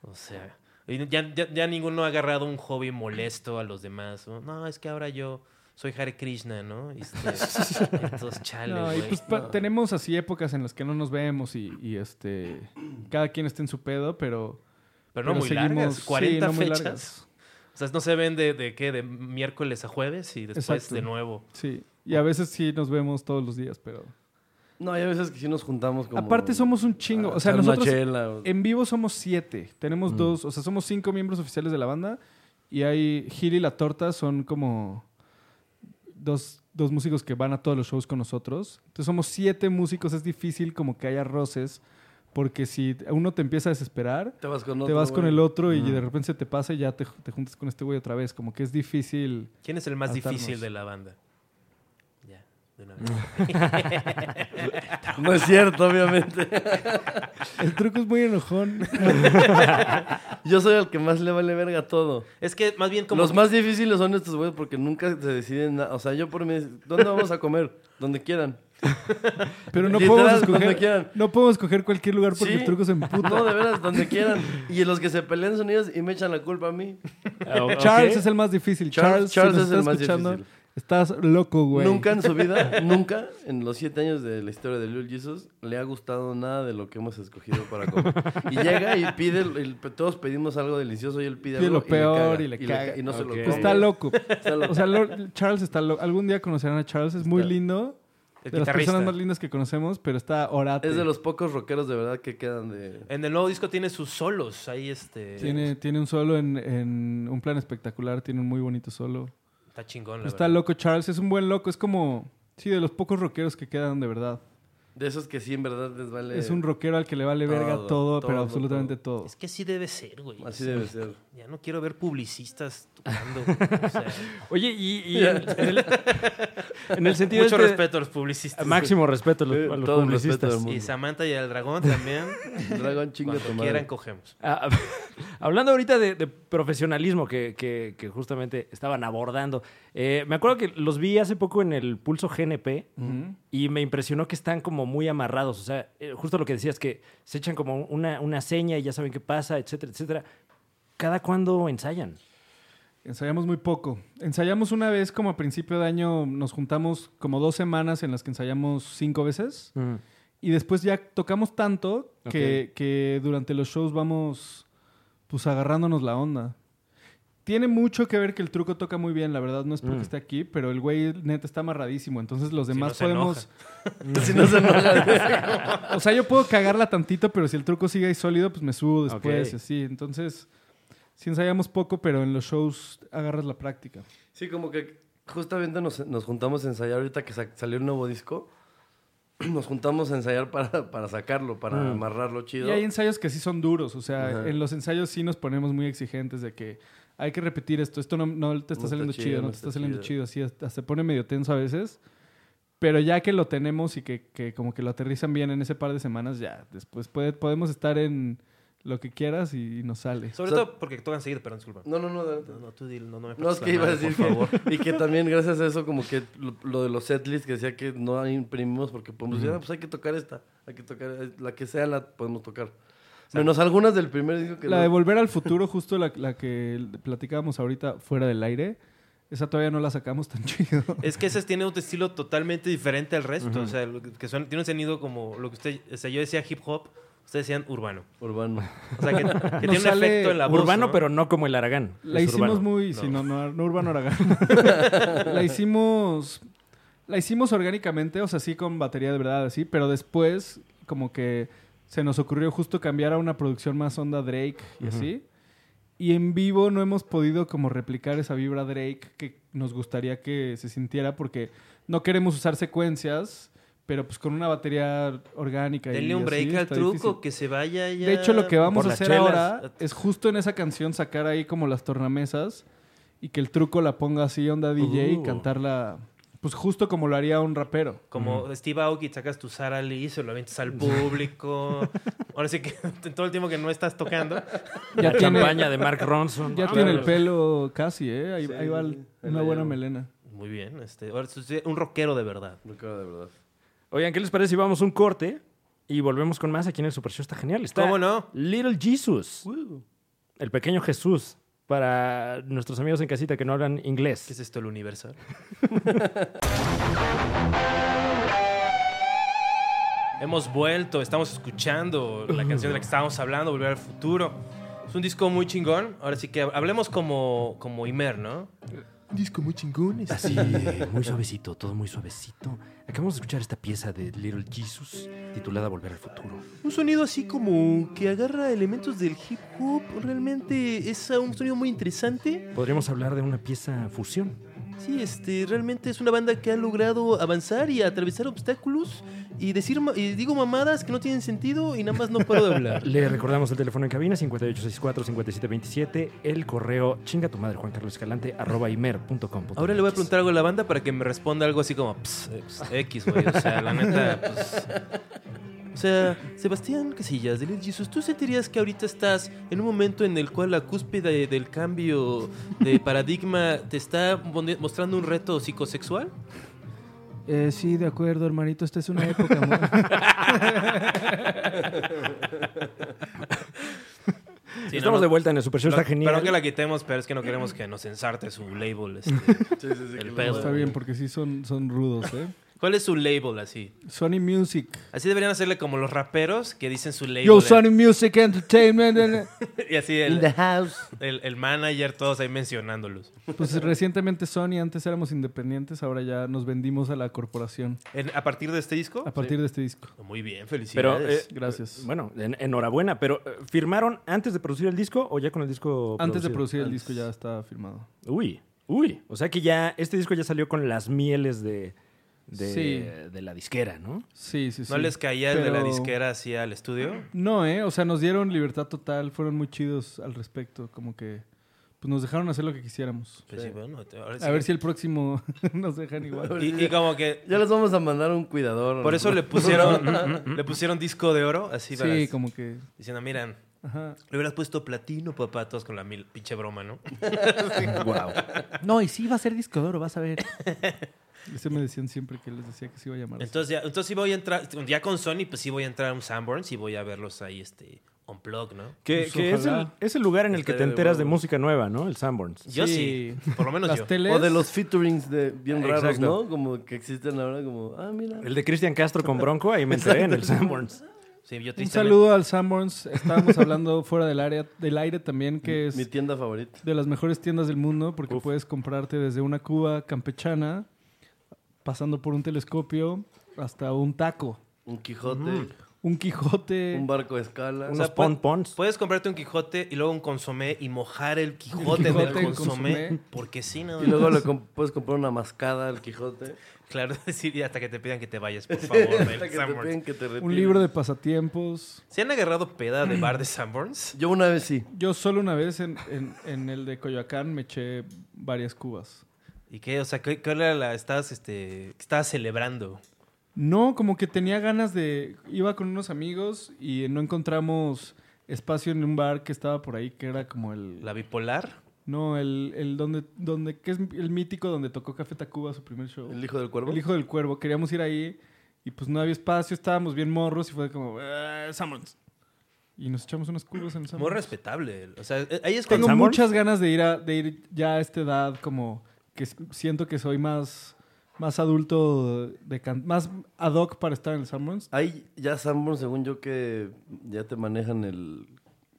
C: O sea, y ya, ya- ya ninguno ha agarrado un hobby molesto a los demás. No, No, es que ahora yo soy Hare Krishna, ¿no? Y este, estos chales,
D: No, y
C: güey.
D: pues pa- tenemos así épocas en las que no nos vemos y, y, este... Cada quien está en su pedo, pero...
C: pero no muy largas,
D: sí,
C: 40
D: no muy
C: fechas.
D: largas.
C: O sea, no se ven de, de qué, de miércoles a jueves y después
D: Exacto.
C: de nuevo.
D: Sí, y a veces sí nos vemos todos los días, pero...
A: No, hay veces que sí nos juntamos como...
D: Aparte somos un chingo,
A: a
D: o sea,
A: echar una
D: nosotros eh,
A: chela, o-
D: en vivo somos siete, tenemos
A: Mm.
D: dos, o sea, somos cinco miembros oficiales de la banda y hay Gil y La Torta son como dos, dos músicos que van a todos los shows con nosotros. Entonces somos siete músicos, es difícil como que haya roces, porque si uno te empieza a desesperar,
A: Te vas con otro.
D: te vas con
A: güey. Ah.
D: el otro y de repente se te pasa y ya te, te juntas con este güey otra vez, como que es difícil.
C: ¿Quién es el más
D: Saltarnos.
C: difícil de la banda? Ya, de una vez.
A: No es cierto, obviamente.
D: El truco es muy enojón.
A: Yo soy el que más le vale verga todo.
C: es que más bien como...
A: Los más difíciles son estos güeyes porque nunca se deciden nada. O sea, yo por mí... ¿Dónde vamos a comer? Donde quieran.
D: Pero no
A: Literal,
D: podemos
A: cuando
D: escoger,
A: quieran.
D: no podemos escoger cualquier lugar porque
A: Sí.
D: el truco se emputa.
A: No, de veras, donde quieran. Y los que se pelean son ellos y me echan la culpa a mí.
B: Ah, ok.
D: Charles es el más difícil. Charles,
A: Charles- Charles
D: si nos
A: es el
D: estás
A: más
D: escuchando,
A: difícil.
D: Estás loco, güey.
A: Nunca en su vida, nunca en los siete años de la historia de Lil Jesus le ha gustado nada de lo que hemos escogido para comer. Y llega y pide, el- todos pedimos algo delicioso y él pide,
D: Pide
A: algo
D: lo peor y le
A: y
D: caga.
A: y no se lo
B: Ok.
A: come.
D: Pues está loco.
A: Está loco.
D: O sea, lo- Charles está loco. Algún día conocerán a Charles. Es muy
A: Está-
D: lindo.
C: el
D: De las
C: guitarrista.
D: personas más lindas que conocemos, pero está orate.
A: es de los pocos rockeros de verdad que quedan de...
C: En el nuevo disco tiene sus solos. Ahí este...
D: Tiene, tiene un solo en, en un plan espectacular. Tiene un muy bonito solo.
C: Está chingón, la
D: Está
C: verdad.
D: loco Charles. Es un buen loco. Es como... Sí, de los pocos rockeros que quedan de verdad.
A: De esos que sí, en verdad les vale.
D: Es un rockero al que le vale verga
A: Todo,
D: todo, pero
A: todo,
D: absolutamente todo.
C: Es que así debe ser, güey.
A: Así debe ser.
C: Ya no quiero ver publicistas tocando. güey. O sea,
B: Oye, y, y en, en el, en el sentido
C: mucho
B: este-
C: respeto a los publicistas.
B: Máximo respeto a los,
A: Eh,
B: a los
A: todo el
B: publicistas.
A: respeto del mundo.
C: Y Samantha y el dragón también.
A: Dragón chinga
C: Cuando
A: tu madre.
C: quieran, cogemos.
B: Ah, Hablando ahorita de, de profesionalismo que, que- que justamente estaban abordando, eh, me acuerdo que los vi hace poco en el Pulso GNP y me impresionó que están como muy amarrados. O sea, eh, justo lo que decías, que se echan como una, una seña y ya saben qué pasa, etcétera, etcétera. ¿Cada cuándo ensayan?
D: Ensayamos muy poco. Ensayamos una vez como a principio de año, nos juntamos como dos semanas en las que ensayamos cinco veces. Y después ya tocamos tanto que, que durante los shows vamos pues agarrándonos la onda. Tiene mucho que ver que el truco toca muy bien, la verdad, no es porque
B: Mm.
D: esté aquí, pero el güey neta está amarradísimo, entonces los
C: Si
D: demás
C: no se
D: podemos...
A: Si no se enoja.
D: O sea, yo puedo cagarla tantito, pero si el truco sigue ahí sólido, pues me subo después,
B: Ok.
D: y así. Entonces, sí ensayamos poco, pero en los shows agarras la práctica.
A: Sí, como que justamente nos, nos juntamos a ensayar ahorita que sa- salió el nuevo disco. Nos juntamos a ensayar para, para sacarlo, para
B: Mm.
A: amarrarlo chido.
D: Y hay ensayos que sí son duros, o sea,
A: Ajá.
D: en los ensayos sí nos ponemos muy exigentes de que hay que repetir esto, esto no, no te
A: No
D: está
A: está
D: saliendo
A: chido,
D: chido,
A: no
D: no te
A: está
D: está saliendo
A: chido.
D: chido, así hasta se pone medio tenso a veces, pero ya que lo tenemos y que, que como que lo aterrizan bien en ese par de semanas, ya, después puede- podemos estar en lo que quieras y, y nos sale.
C: Sobre
A: O sea-
C: todo porque tocan seguido, perdón, disculpa.
A: No, no, no, adelante.
C: No, no, tú dilo, no, no me
A: No, es
C: partes la
A: que iba a
C: madre,
A: decir
C: por favor.
A: que... Y que también gracias a eso como que lo, lo de los setlists que decía que no imprimimos porque podemos decir, ah, pues hay que tocar esta, hay que tocar eh, la que sea la podemos tocar. Menos algunas del primer disco que...
D: La
A: no-
D: de Volver al Futuro, justo la, la que platicábamos ahorita fuera del aire, esa todavía no la sacamos tan chido.
C: Es que ese tiene un estilo totalmente diferente al resto. O sea, lo que- que suena- tiene un sonido como lo que usted. O sea, yo decía hip hop, ustedes decían urbano.
A: Urbano.
C: O sea, que, que
D: Nos
C: tiene un
D: sale
C: efecto en la voz.
B: urbano,
C: ¿no?
B: pero no como el Aragán.
D: La
B: Es
D: hicimos
B: urbano.
D: muy, sí, no, no, no Urbano Aragán. la hicimos, la hicimos orgánicamente, o sea, sí con batería de verdad, así, pero después como que se nos ocurrió justo cambiar a una producción más onda Drake y así. Y en vivo no hemos podido como replicar esa vibra Drake que nos gustaría que se sintiera porque no queremos usar secuencias, pero pues con una batería orgánica. y
C: Denle un
D: así
C: break al
D: está
C: truco,
D: difícil.
C: que se vaya ya.
D: De hecho, lo que vamos
B: Por
D: a
B: las
D: hacer
B: chelas.
D: ahora es justo en esa canción sacar ahí como las tornamesas y que el truco la ponga así onda DJ
B: Uh.
D: y cantarla, pues justo como lo haría un rapero.
C: Como Steve Aoki, sacas tu Sara Lee, se lo avientas al público. Ahora sí que todo el tiempo que no estás tocando.
D: Ya
B: La
D: tiene,
B: campaña de Mark Ronson.
D: ya
B: Ah,
D: tiene el
B: claro.
D: pelo casi, ¿eh? Ahí,
A: Sí,
D: ahí va
A: sí,
D: el-
A: sí. Ahí
D: una
A: la
D: buena
A: llevo.
D: melena.
C: Muy bien. Este, ahora sí, sí, un rockero de verdad.
A: No creo de verdad.
B: Oigan, ¿qué les parece si vamos a un corte y volvemos con más aquí en el Super Show? Está genial. Está
C: ¿Cómo no?
B: Little Jesus,
D: Uh.
B: el pequeño Jesús, para nuestros amigos en casita que no hablan
C: ¿Qué es
B: inglés.
C: esto, el universal? Hemos vuelto, estamos escuchando la canción de la que estábamos hablando, Volver al Futuro. Es un disco muy chingón. Ahora sí que hablemos como, como Imer, ¿no?
E: Disco muy chingón. este.
B: Así, muy suavecito, todo muy suavecito. Acabamos de escuchar esta pieza de Little Jesus titulada Volver al Futuro.
C: Un sonido así como que agarra elementos del hip hop. Realmente es un sonido muy interesante.
B: Podríamos hablar de una pieza fusión.
C: Sí, este, realmente es una banda que ha logrado avanzar y atravesar obstáculos y decir ma- y digo mamadas que no tienen sentido y nada más no puedo hablar.
B: Le recordamos el teléfono en cabina 5864-5727, el correo chinga tu madre Juan Carlos Escalante arroba imer.com.
C: Ahora le voy a preguntar algo a la banda para que me responda algo así como "Ps, eh, ps, X, güey. O sea, la neta, pues. O sea, Sebastián Casillas, de Little Jesus, ¿tú sentirías que ahorita estás en un momento en el cual la cúspide del cambio de paradigma te está mon- mostrando un reto psicosexual?
D: Eh, sí, de acuerdo, hermanito. Esta es una época
B: Estamos de vuelta en el Super Show, está genial.
C: Pero que la quitemos, pero es que no queremos que nos ensarte su label. este.
A: Sí, sí, sí.
C: El
A: que lo-
C: pedo.
D: Está bien, porque sí son, son rudos, ¿eh?
C: ¿Cuál es su label así?
D: Sony Music.
C: Así deberían hacerle como los raperos que dicen su label.
D: Yo, Sony Music Entertainment. eh,
C: Y así el, el, el manager, todos ahí mencionándolos.
D: Pues recientemente Sony, antes éramos independientes, ahora ya nos vendimos a la corporación
C: En- a partir de este disco.
D: a partir de este disco.
C: Sí. Muy bien,
B: Pero, eh,
C: felicidades.
D: Gracias.
B: Bueno, en- enhorabuena, pero eh, ¿firmaron antes de producir el disco o ya con el disco
D: Antes de
B: producido?
D: producir el disco ya está firmado.
B: Uy, uy. O sea que ya este disco ya salió con las mieles de, de,
D: Sí.
B: de la disquera, ¿no?
D: Sí, sí, sí.
C: ¿No les caía el de la
D: Pero-
C: disquera así al estudio?
D: No, ¿eh? O sea, nos dieron libertad total, fueron muy chidos al respecto, como que pues nos dejaron hacer lo que quisiéramos.
C: Pues sí, bueno, te- ahora
D: A
C: sí.
D: ver si el próximo nos dejan igual.
C: Y, y como que...
A: Ya les vamos a mandar un cuidador.
C: Por eso le
D: Mm,
C: pusieron, le pusieron disco de oro, así para...
D: Sí, como que...
C: Diciendo, miran,
D: Ajá.
C: le hubieras puesto platino, papá, todos con la mil, pinche broma, ¿no?
D: Ah,
B: Wow.
F: No, y sí va a ser disco de oro, vas a ver.
D: Ese me decían siempre que les decía que se iba a llamar. así.
C: Entonces ya, entonces sí voy a entrar, ya con Sony, pues sí voy a entrar a un Sanborns y voy a verlos ahí, este, on plug, ¿no?
B: Que,
D: Pues
B: que es, el,
D: ojalá.
B: es el lugar en el que te
A: Estaría de
B: enteras de
A: huevos.
B: música nueva, ¿no? El Sanborns.
C: Yo sí, por lo menos
D: Las
C: yo.
D: teles...
A: O de los featurings de bien
B: Exacto.
A: raros, ¿no? Como que existen ahora, como, ah, mira.
B: El de Cristian Castro con Bronco, ahí me enteré en el Sanborns.
C: Sí, yo
D: Un
C: tristemente-
D: saludo al Sanborns. Estábamos hablando fuera del área, del aire también, que es
A: Mi tienda favorita.
D: de las mejores tiendas del mundo porque
B: Uf.
D: puedes comprarte desde una cuba campechana, pasando por un telescopio, hasta un taco,
A: Un Quijote,
D: un Quijote.
A: un barco a escala.
B: Unos
C: sea, puede-
B: pon-pons.
C: Puedes comprarte un Quijote y luego un consomé y mojar el Quijote,
D: El Quijote
C: del
D: en
C: consomé,
D: consomé.
C: Porque sí, ¿no?
A: Y luego le comp- puedes comprar una mascada al Quijote.
C: Claro, sí, y hasta que te pidan que te vayas, por favor, del
A: Hasta que te
C: Sanborns.
A: piden que te retires.
D: Un libro de pasatiempos.
C: ¿Se han agarrado peda de bar de Sanborns?
A: Yo una vez sí.
D: Yo solo una vez en, en- en el de Coyoacán me eché varias cubas.
C: ¿Y qué? O sea, ¿qué, qué era la estabas, este, que estabas celebrando?
D: No, como que tenía ganas de... Iba con unos amigos y no encontramos espacio en un bar que estaba por ahí, que era como el...
C: ¿La bipolar?
D: No, el, el donde, donde... que es el mítico donde tocó Café Tacuba su primer show?
A: El hijo del cuervo.
D: El Hijo del Cuervo. Queríamos ir ahí y pues no había espacio, estábamos bien morros y fue como... "Eh, Sanborns". Y nos echamos unas cubas en el
C: Muy
D: Sanborns.
C: respetable. O sea, eh, ahí es cuando...
D: Tengo
B: Sanborns?
D: muchas ganas de ir, a, de ir ya a esta edad, como que s- siento que soy más, más adulto, de can- más ad hoc para estar en el Sanborns.
A: Hay ya Sanborns, según yo, que ya te manejan el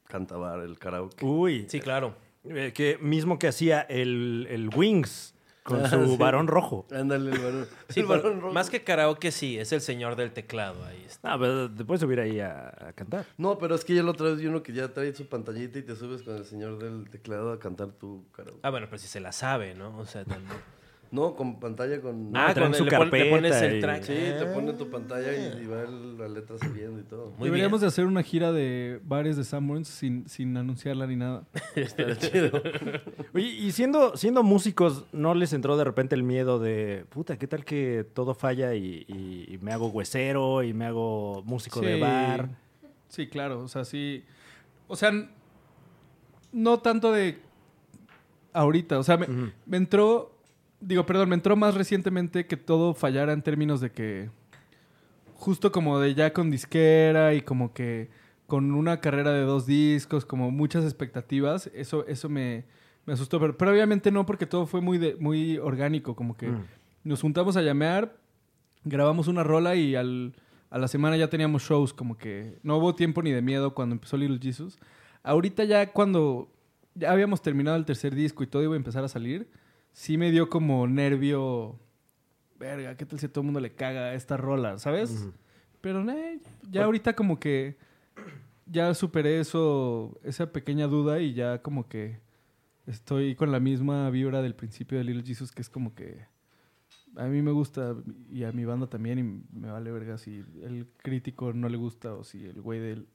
A: cantabar, el karaoke.
B: Uy.
C: Sí, claro.
B: Eh, que mismo que hacía el, el Wings con
A: Ah,
B: su
A: sí.
B: varón rojo.
A: Ándale, el varón.
C: Sí,
A: el
C: pero
A: varón rojo.
C: más que karaoke, sí, es el señor del teclado. Ahí está.
B: Ah, pero te puedes subir ahí a, a cantar.
A: No, pero es que ya la otra vez vi uno que ya trae su pantallita y te subes con el señor del teclado a cantar tu karaoke.
C: Ah, bueno, pero si se la sabe, ¿no? O sea, también.
A: No, con pantalla con...
B: Ah, traen
C: cuando
B: su
C: le pon- le pones
B: carpeta
C: el
B: y-
C: track.
A: Sí, te pone tu pantalla y, y va el- la letra subiendo y todo.
C: Muy
D: Deberíamos
C: bien.
D: de hacer una gira de bares de Sanborns sin, sin anunciarla ni nada.
A: Está chido.
B: Oye, y siendo, siendo músicos, ¿no les entró de repente el miedo de, puta, qué tal que todo falla y, y- y me hago huesero y me hago músico de bar?
D: Sí, claro, o sea, sí. O sea, n- no tanto de ahorita, o sea, me,
B: Ujú.
D: me entró, digo, perdón, me entró más recientemente que todo fallara en términos de que, justo como de ya con disquera y como que con una carrera de dos discos, como muchas expectativas, eso, eso me, me asustó, pero, pero obviamente no porque todo fue muy, de- muy orgánico, como que
B: Mm.
D: nos juntamos a llamear, grabamos una rola y al, a la semana ya teníamos shows, como que no hubo tiempo ni de miedo cuando empezó Little Jesus. Ahorita ya cuando ya habíamos terminado el tercer disco y todo iba a empezar a salir, sí me dio como nervio, verga, ¿qué tal si a todo el mundo le caga esta rola, ¿sabes? Pero eh, ya ahorita como que ya superé eso, esa pequeña duda y ya como que estoy con la misma vibra del principio de Little Jesus, que es como que a mí me gusta y a mi banda también y me vale verga si el crítico no le gusta o si el güey del,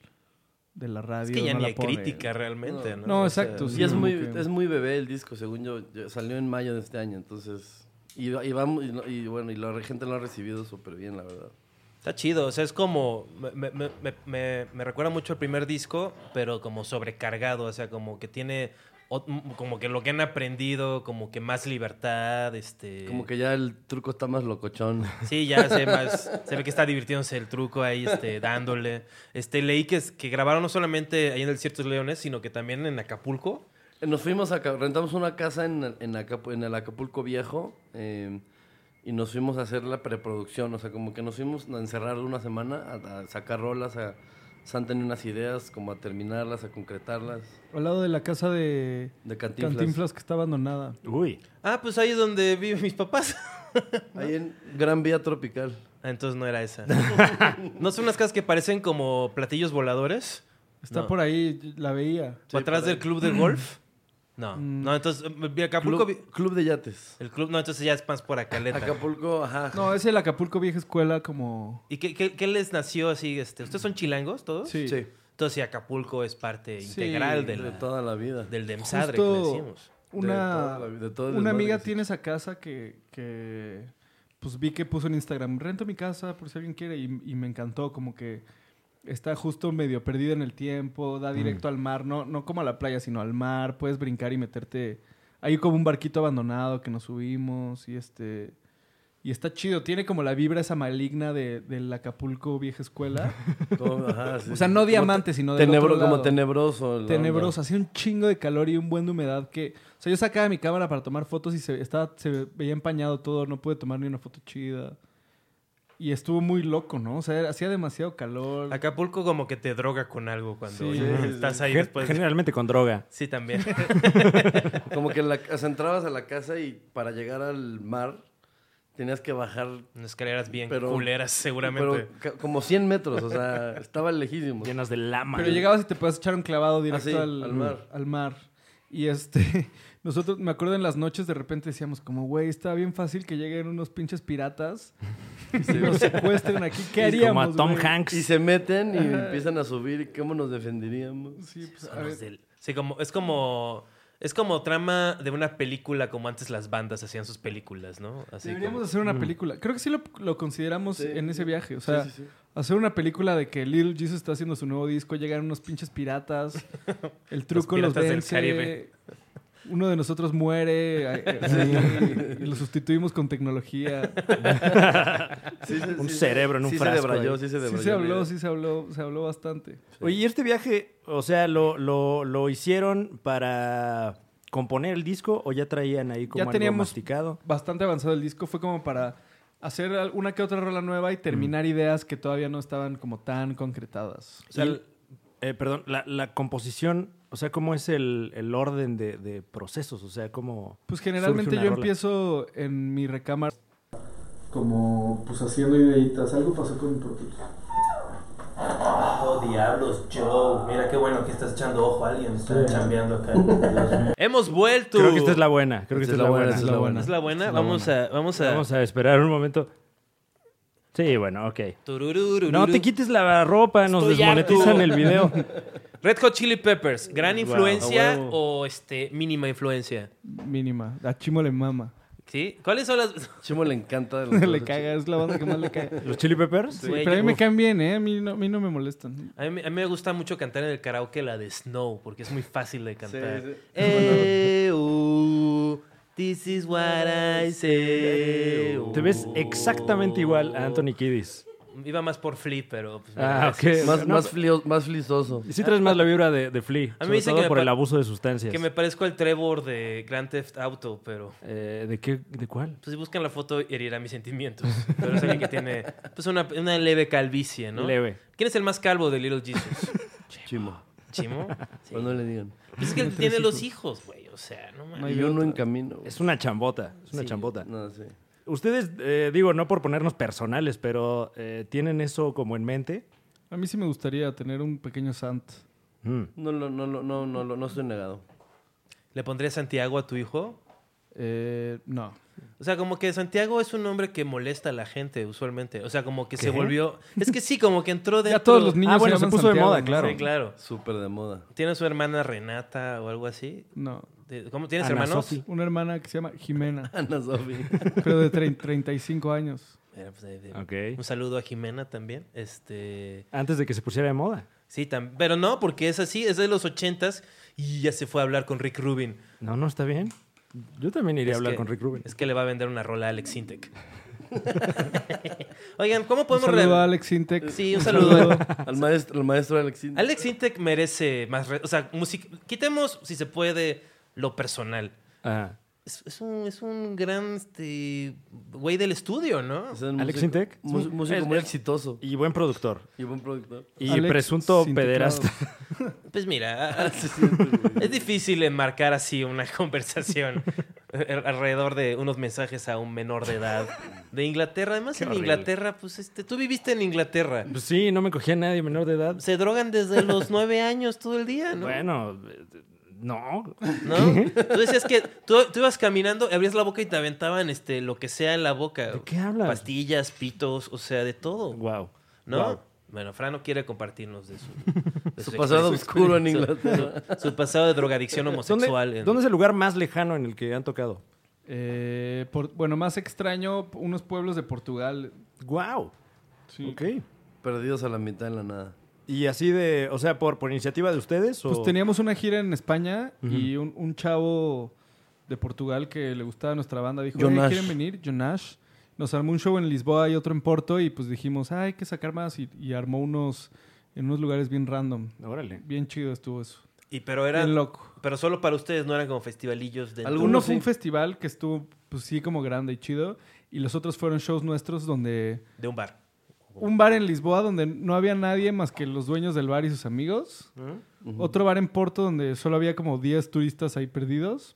D: de la
C: Es
B: Ah,
D: radio
C: que ya
D: no
C: ni
D: la
C: hay
D: pone.
C: crítica realmente, ¿no?
D: No,
A: O
D: exacto,
A: sea,
D: sí,
A: y es
D: como
A: muy,
D: que-
A: es muy bebé el disco, según yo. yo- Salió en mayo de este año, entonces. Y, y vamos, y, no- y bueno, y la gente lo ha recibido súper bien, la verdad.
C: Está chido, o sea, es como. Me, me- me- me- me- me recuerda mucho al primer disco, pero como sobrecargado, o sea, como que tiene. ot- m- Como que lo que han aprendido, como que más libertad, este.
A: Como que ya el truco está más locochón.
C: Sí, ya se, más, se ve que está divirtiéndose el truco ahí, este, dándole. Este, leí que, es- que grabaron no solamente ahí en el Ciertos Leones, sino que también en Acapulco.
A: Nos fuimos a. ca- Rentamos una casa en, en, Acapu- en el Acapulco Viejo. eh, y nos fuimos a hacer la preproducción. O sea, como que nos fuimos a encerrar una semana, a, a sacar rolas, a. San tenía unas ideas, como a terminarlas, a concretarlas.
D: Al lado de la casa de
A: De
D: Cantinflas,
A: cantinflas.
D: que está abandonada.
B: Uy.
C: Ah, pues ahí es donde viven mis papás.
A: Ahí en Gran Vía Tropical.
C: Ah, Entonces no era esa. ¿No son unas casas que parecen como platillos voladores?
D: Está
C: No.
D: por ahí, la veía.
A: Sí,
C: ¿O atrás
A: por ahí.
C: del club de golf? No,
D: Mm.
C: no, entonces, eh, Acapulco.
A: Club,
C: vi-
A: club de yates.
C: El club, no, entonces ya es más por Acaleta.
A: Acapulco, ajá.
D: No, es el Acapulco Vieja Escuela como...
C: ¿Y qué, qué- qué les nació así? Este? ¿Ustedes son chilangos todos?
D: Sí.
A: Sí,
C: Entonces, sí, Acapulco es parte
D: Sí,
C: integral de
A: de
C: la-
A: toda la vida.
C: del demsadre que le
D: Justo-
C: decimos.
D: Una,
A: toda la- de todo el desmadre
D: una amiga
A: que se
D: tiene esa casa que, que, pues vi que puso en Instagram, rento mi casa por si alguien quiere y, y me encantó, como que está justo medio perdida en el tiempo, da directo al mar, no, no como a la playa, sino al mar, puedes brincar y meterte, hay como un barquito abandonado que nos subimos y este... Y está chido, tiene como la vibra esa maligna de, del Acapulco vieja escuela.
A: Como- ajá, sí,
D: O sea,
A: sí.
D: no
A: Como
D: diamante, sino del
A: tenebro-
D: otro lado.
A: Como tenebroso. la
D: Tenebroso, hacía un chingo de calor y un buen de humedad que... O sea, yo sacaba mi cámara para tomar fotos y se, estaba, se veía empañado todo, no pude tomar ni una foto chida. Y estuvo muy loco, ¿no? O sea, era- hacía demasiado calor.
A: Ah,
C: Acapulco como que te droga con algo cuando
D: Sí,
C: ya
A: sí,
C: estás ahí
B: Gen-
C: después.
B: Generalmente con droga.
C: Sí, también.
A: onda. Como que la, o sea, entrabas a la casa y para llegar al mar tenías que bajar
C: Unas escaleras bien
A: Pero-
C: culeras, seguramente.
A: pero ca- como 100 metros. O sea, estaba lejísimo.
B: Llenas de lama.
D: Pero llegabas y te podías echar un clavado directo
A: Ah, sí,
D: al,
A: al mar.
D: al mar. Y este, nosotros, me acuerdo en las noches de repente decíamos como, güey, está bien fácil que lleguen unos pinches piratas y
A: Sí.
D: nos secuestren aquí. ¿Qué
B: Y
D: haríamos?
B: Como a Tom
D: güey?
B: Hanks.
A: Y se meten y
D: Ajá.
A: empiezan a subir. ¿y ¿Cómo nos defenderíamos?
D: Sí, pues,
C: Son
D: a
C: los
D: ver,
C: del- Ah, Sí, como, es como... Es como trama de una película como antes las bandas hacían sus películas, ¿no? Así
D: deberíamos
C: como-
D: hacer una película. Creo que sí lo, lo consideramos
A: Mm. Sí.
D: en ese viaje. O sea,
A: sí, sí, sí.
D: Hacer una película de que Little Jesus está haciendo su nuevo disco, llegan unos pinches piratas, el truco los,
C: piratas del
D: vence,
C: Caribe.
D: uno de nosotros muere ay, ay, y lo sustituimos con tecnología.
A: Sí, sí,
B: Un
A: sí.
B: cerebro en un
A: sí
B: frasco
A: Se debrayó,
B: ahí.
A: sí se
D: Sí
A: debrayó.
D: se habló,
A: mira.
D: sí se habló, se habló bastante.
B: Oye, ¿y este viaje, o sea, lo, lo, lo hicieron para componer el disco o ya traían ahí como
D: Ya
B: algo
D: teníamos-
B: masticado?
D: Bastante avanzado el disco, fue como para hacer una que otra rola nueva y
B: Mm.
D: terminar ideas que todavía no estaban como tan concretadas.
B: O sea,
C: Y-
B: el- eh, perdón, la, la composición, o sea, ¿cómo es el, el orden de, de procesos? O sea, ¿cómo...?
D: Pues
B: surge
D: generalmente
B: una
D: yo
B: rola?
D: empiezo en mi recámara.
G: como pues haciendo ideitas. Algo pasó con mi porquito.
H: Oh, diablos, Joe. Mira qué bueno que estás echando ojo a alguien. Está chambeando acá.
C: ¡Hemos vuelto!
B: Creo que esta es la buena, creo que esta es la buena.
A: esta
D: es la buena.
C: ¿Es la buena?
B: Es la
C: vamos, A, vamos a...
B: Vamos a esperar un momento. Sí, bueno, ok.
C: Turururururu.
B: No te quites la ropa, nos
C: Estoy
B: desmonetizan
C: harto.
B: el video.
C: Red Hot Chili Peppers, ¿gran influencia
A: a huevo.
C: o este mínima influencia?
D: Mínima, a Chimo le mama.
C: ¿Sí? ¿Cuáles son las...?
A: Chimo le encanta.
D: le caga, es la banda que más le caga.
B: ¿Los Chili Peppers?
D: Sí,
C: Güey,
D: pero a mí
C: yo-
D: me caen bien, ¿eh? A mí no, a mí no me molestan.
C: A mí, a mí me gusta mucho cantar en el karaoke la de Snow, porque es muy fácil de cantar.
A: sí.
C: Eh, uh, this is what I say.
B: Te ves
C: uh.
B: exactamente igual a Anthony Kiddis.
C: Iba más por Flea, pero... pues,
B: Ah,
C: mira, es-
B: ok.
A: Más,
B: No,
A: más, flio- más flizoso.
B: Sí traes más la vibra de, de Flea,
C: A mí
B: sobre
C: dice
B: todo
C: que me
B: por
C: pa-
B: el abuso de sustancias.
C: Que me parezco al Trevor de Grand Theft Auto, pero...
B: Eh, ¿De qué? ¿De cuál?
C: Pues si buscan la foto, herirá mis sentimientos. Pero es alguien que tiene pues una, una leve calvicie, ¿no?
B: Leve.
C: ¿Quién es el más calvo de Little Jesus?
A: Chimo.
C: ¿Chimo? Sí.
A: Cuando le digan.
C: Pues es que
D: Tiene
C: tiene
D: tres
C: los hijos, güey. O sea, no mames.
A: Y yo no en camino.
B: Es una chambota, es una
C: Sí.
B: chambota.
A: No, sí.
B: Ustedes, eh, digo, no por ponernos personales, pero eh, ¿tienen eso como en mente?
D: A mí sí me gustaría tener un pequeño Sant.
B: Mm.
A: No, lo- no, lo- no, no, lo- no estoy negado.
C: ¿Le pondría Santiago a tu hijo?
D: Eh, no.
C: O sea, como que Santiago es un nombre que molesta a la gente usualmente. O sea, como que
B: ¿Qué?
C: se volvió. Es que sí, como que entró de.
D: Ya todos los niños
B: Ah, bueno, se
D: llaman
B: puso de
D: Santiago,
B: moda,
D: ¿no?
B: claro.
C: Sí, claro.
A: Súper de moda.
C: ¿Tiene su hermana Renata o algo así?
D: No.
C: De- ¿Cómo tienes
B: Ana
C: hermanos?
B: Sofi.
D: Una hermana que se llama Jimena,
A: Ana Sofi.
D: pero de trein- 35 años.
C: Mira, pues, de- de-
B: Ok.
C: Un saludo a Jimena también. Este.
B: Antes de que se pusiera de moda.
C: Sí, tam- pero no, porque es así, es de los ochentas y ya se fue a hablar con Rick Rubin.
B: No, no, está bien. Yo también iría
C: Es
B: a hablar
C: que-
B: con Rick Rubin.
C: Es que le va a vender una rola a Alex Sintek. Oigan, ¿cómo
D: Un
C: podemos
D: saludo
C: re-
D: a Alex Intec.
C: Sí, un saludo.
A: al maestro, al maestro Alex Sintek.
C: Alex Intec merece más. re- O sea, música. Quitemos, si se puede, lo personal.
B: Ah,
C: Es, es un, es un gran este, güey del estudio, ¿no?
A: Es un
B: Alex
A: músico-
B: Sintek.
A: mu- Músico
B: Es-
A: muy
B: es-
A: exitoso.
B: Y buen productor.
A: Y buen productor.
B: Y
D: Alex
B: presunto
D: sin
B: pederasta.
C: Pues mira,
B: pues,
C: es difícil enmarcar así una conversación al- alrededor de unos mensajes a un menor de edad de Inglaterra. Además,
B: Qué
C: en
B: horrible.
C: Inglaterra, pues este, tú viviste en Inglaterra.
B: Pues sí, no me cogía a nadie menor de edad.
C: Se drogan desde los nueve años todo el día, ¿no?
B: Bueno, eh, No.
C: ¿No? Tú decías que tú, tú ibas caminando, abrías la boca y te aventaban este, lo que sea en la boca.
B: ¿De qué hablas?
C: Pastillas, pitos, o sea, de todo.
B: Wow.
C: ¿No?
B: Wow.
C: Bueno, Fran no quiere compartirnos de su, de
A: Su pasado
C: experiencia.
A: oscuro en
C: Su-
A: Inglaterra.
C: Su, su pasado de drogadicción
B: ¿Dónde,
C: homosexual. en-
B: dónde es el lugar más lejano en el que han tocado?
D: Eh, por- bueno, más extraño, unos pueblos de Portugal.
B: Wow.
D: Sí.
B: Ok.
A: Perdidos a la mitad en la nada.
B: Y así de, o sea, por, por iniciativa de ustedes o
D: Pues teníamos una gira en España y un, un chavo de Portugal que le gustaba nuestra banda dijo,
A: John
D: "Oye,
A: Nash.
D: ¿quieren venir? Jonash. Nos armó un show en Lisboa y otro en Porto y pues dijimos, "Ah, hay que sacar más y, y armó unos en unos lugares bien random.
B: Órale.
D: Bien chido estuvo eso.
C: Y pero eran.
D: Bien loco.
C: Pero solo para ustedes, no eran como festivalillos de.
A: Algún-
D: Uno
A: Algunos
D: fue un
A: sí.
D: festival que estuvo pues sí como grande y chido y los otros fueron shows nuestros donde
C: De un bar.
D: un bar en Lisboa donde no había nadie más que los dueños del bar y sus amigos. Otro bar en Porto donde solo había como 10 turistas ahí perdidos.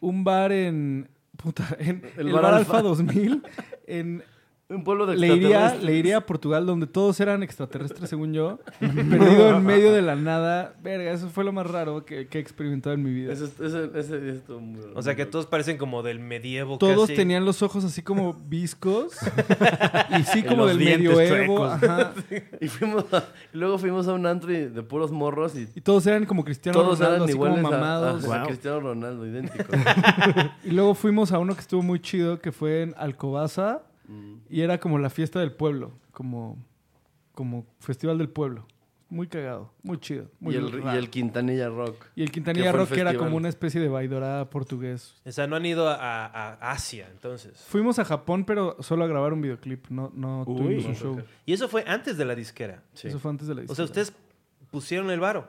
D: Un bar en. Puta, en el, bar, Alfa, 2000. En,
A: Un pueblo de
D: le, iría,
A: extraterrestres.
D: le iría a Portugal donde todos eran extraterrestres, según yo. perdido en medio de la nada. Verga, eso fue lo más raro que, que he experimentado en mi vida.
A: Ese, ese, ese día estuvo muy-
C: O sea que todos parecen como del medievo.
D: Todos
C: casi.
D: tenían los ojos así como viscos. y sí,
B: Y
D: como
B: los
D: del
B: dientes
D: medioevo.
B: chuecos.
D: ajá.
A: Y, fuimos a- y luego fuimos a un antro y- de puros morros y
D: Y todos eran como Cristiano
A: todos
D: Ronaldo,
A: eran
D: así como
A: iguales a-
D: mamados.
A: a,
B: Wow.
A: Cristiano Ronaldo, idéntico.
D: Y luego fuimos a uno que estuvo muy chido, que fue en Alcobaza,
A: Mm.
D: y era como la fiesta del pueblo, como, como festival del pueblo. Muy cagado, muy chido. Muy
A: y, el, y
D: raro.
A: el Quintanilla Rock.
D: Y el
A: que
D: Quintanilla
A: fue el
D: Rock, que era
A: festival.
D: como una especie de vaidorada portugués.
C: O sea, no han ido a, a- a Asia, entonces.
D: Fuimos a Japón, pero solo a grabar un videoclip, no, no
B: Uy.
D: tuvimos un show.
C: Y eso fue antes de la disquera.
A: Sí.
D: Eso fue antes de la
C: O sea,
D: disquera.
C: ustedes pusieron el varo.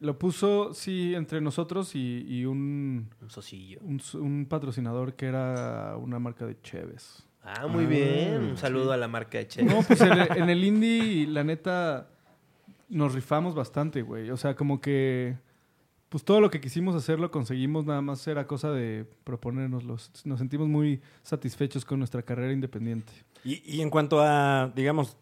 D: Lo puso, sí, entre nosotros y, y un,
C: Un socillo.
D: un, un patrocinador que era una marca de Cheves.
C: Ah, muy bien. Un saludo a la marca de Che.
D: No, pues en el, en el indie, la neta, nos rifamos bastante, güey. O sea, como que, pues todo lo que quisimos hacer lo conseguimos, nada más era cosa de proponérnoslo. Nos sentimos muy satisfechos con nuestra carrera independiente.
B: Y, y en cuanto a, digamos,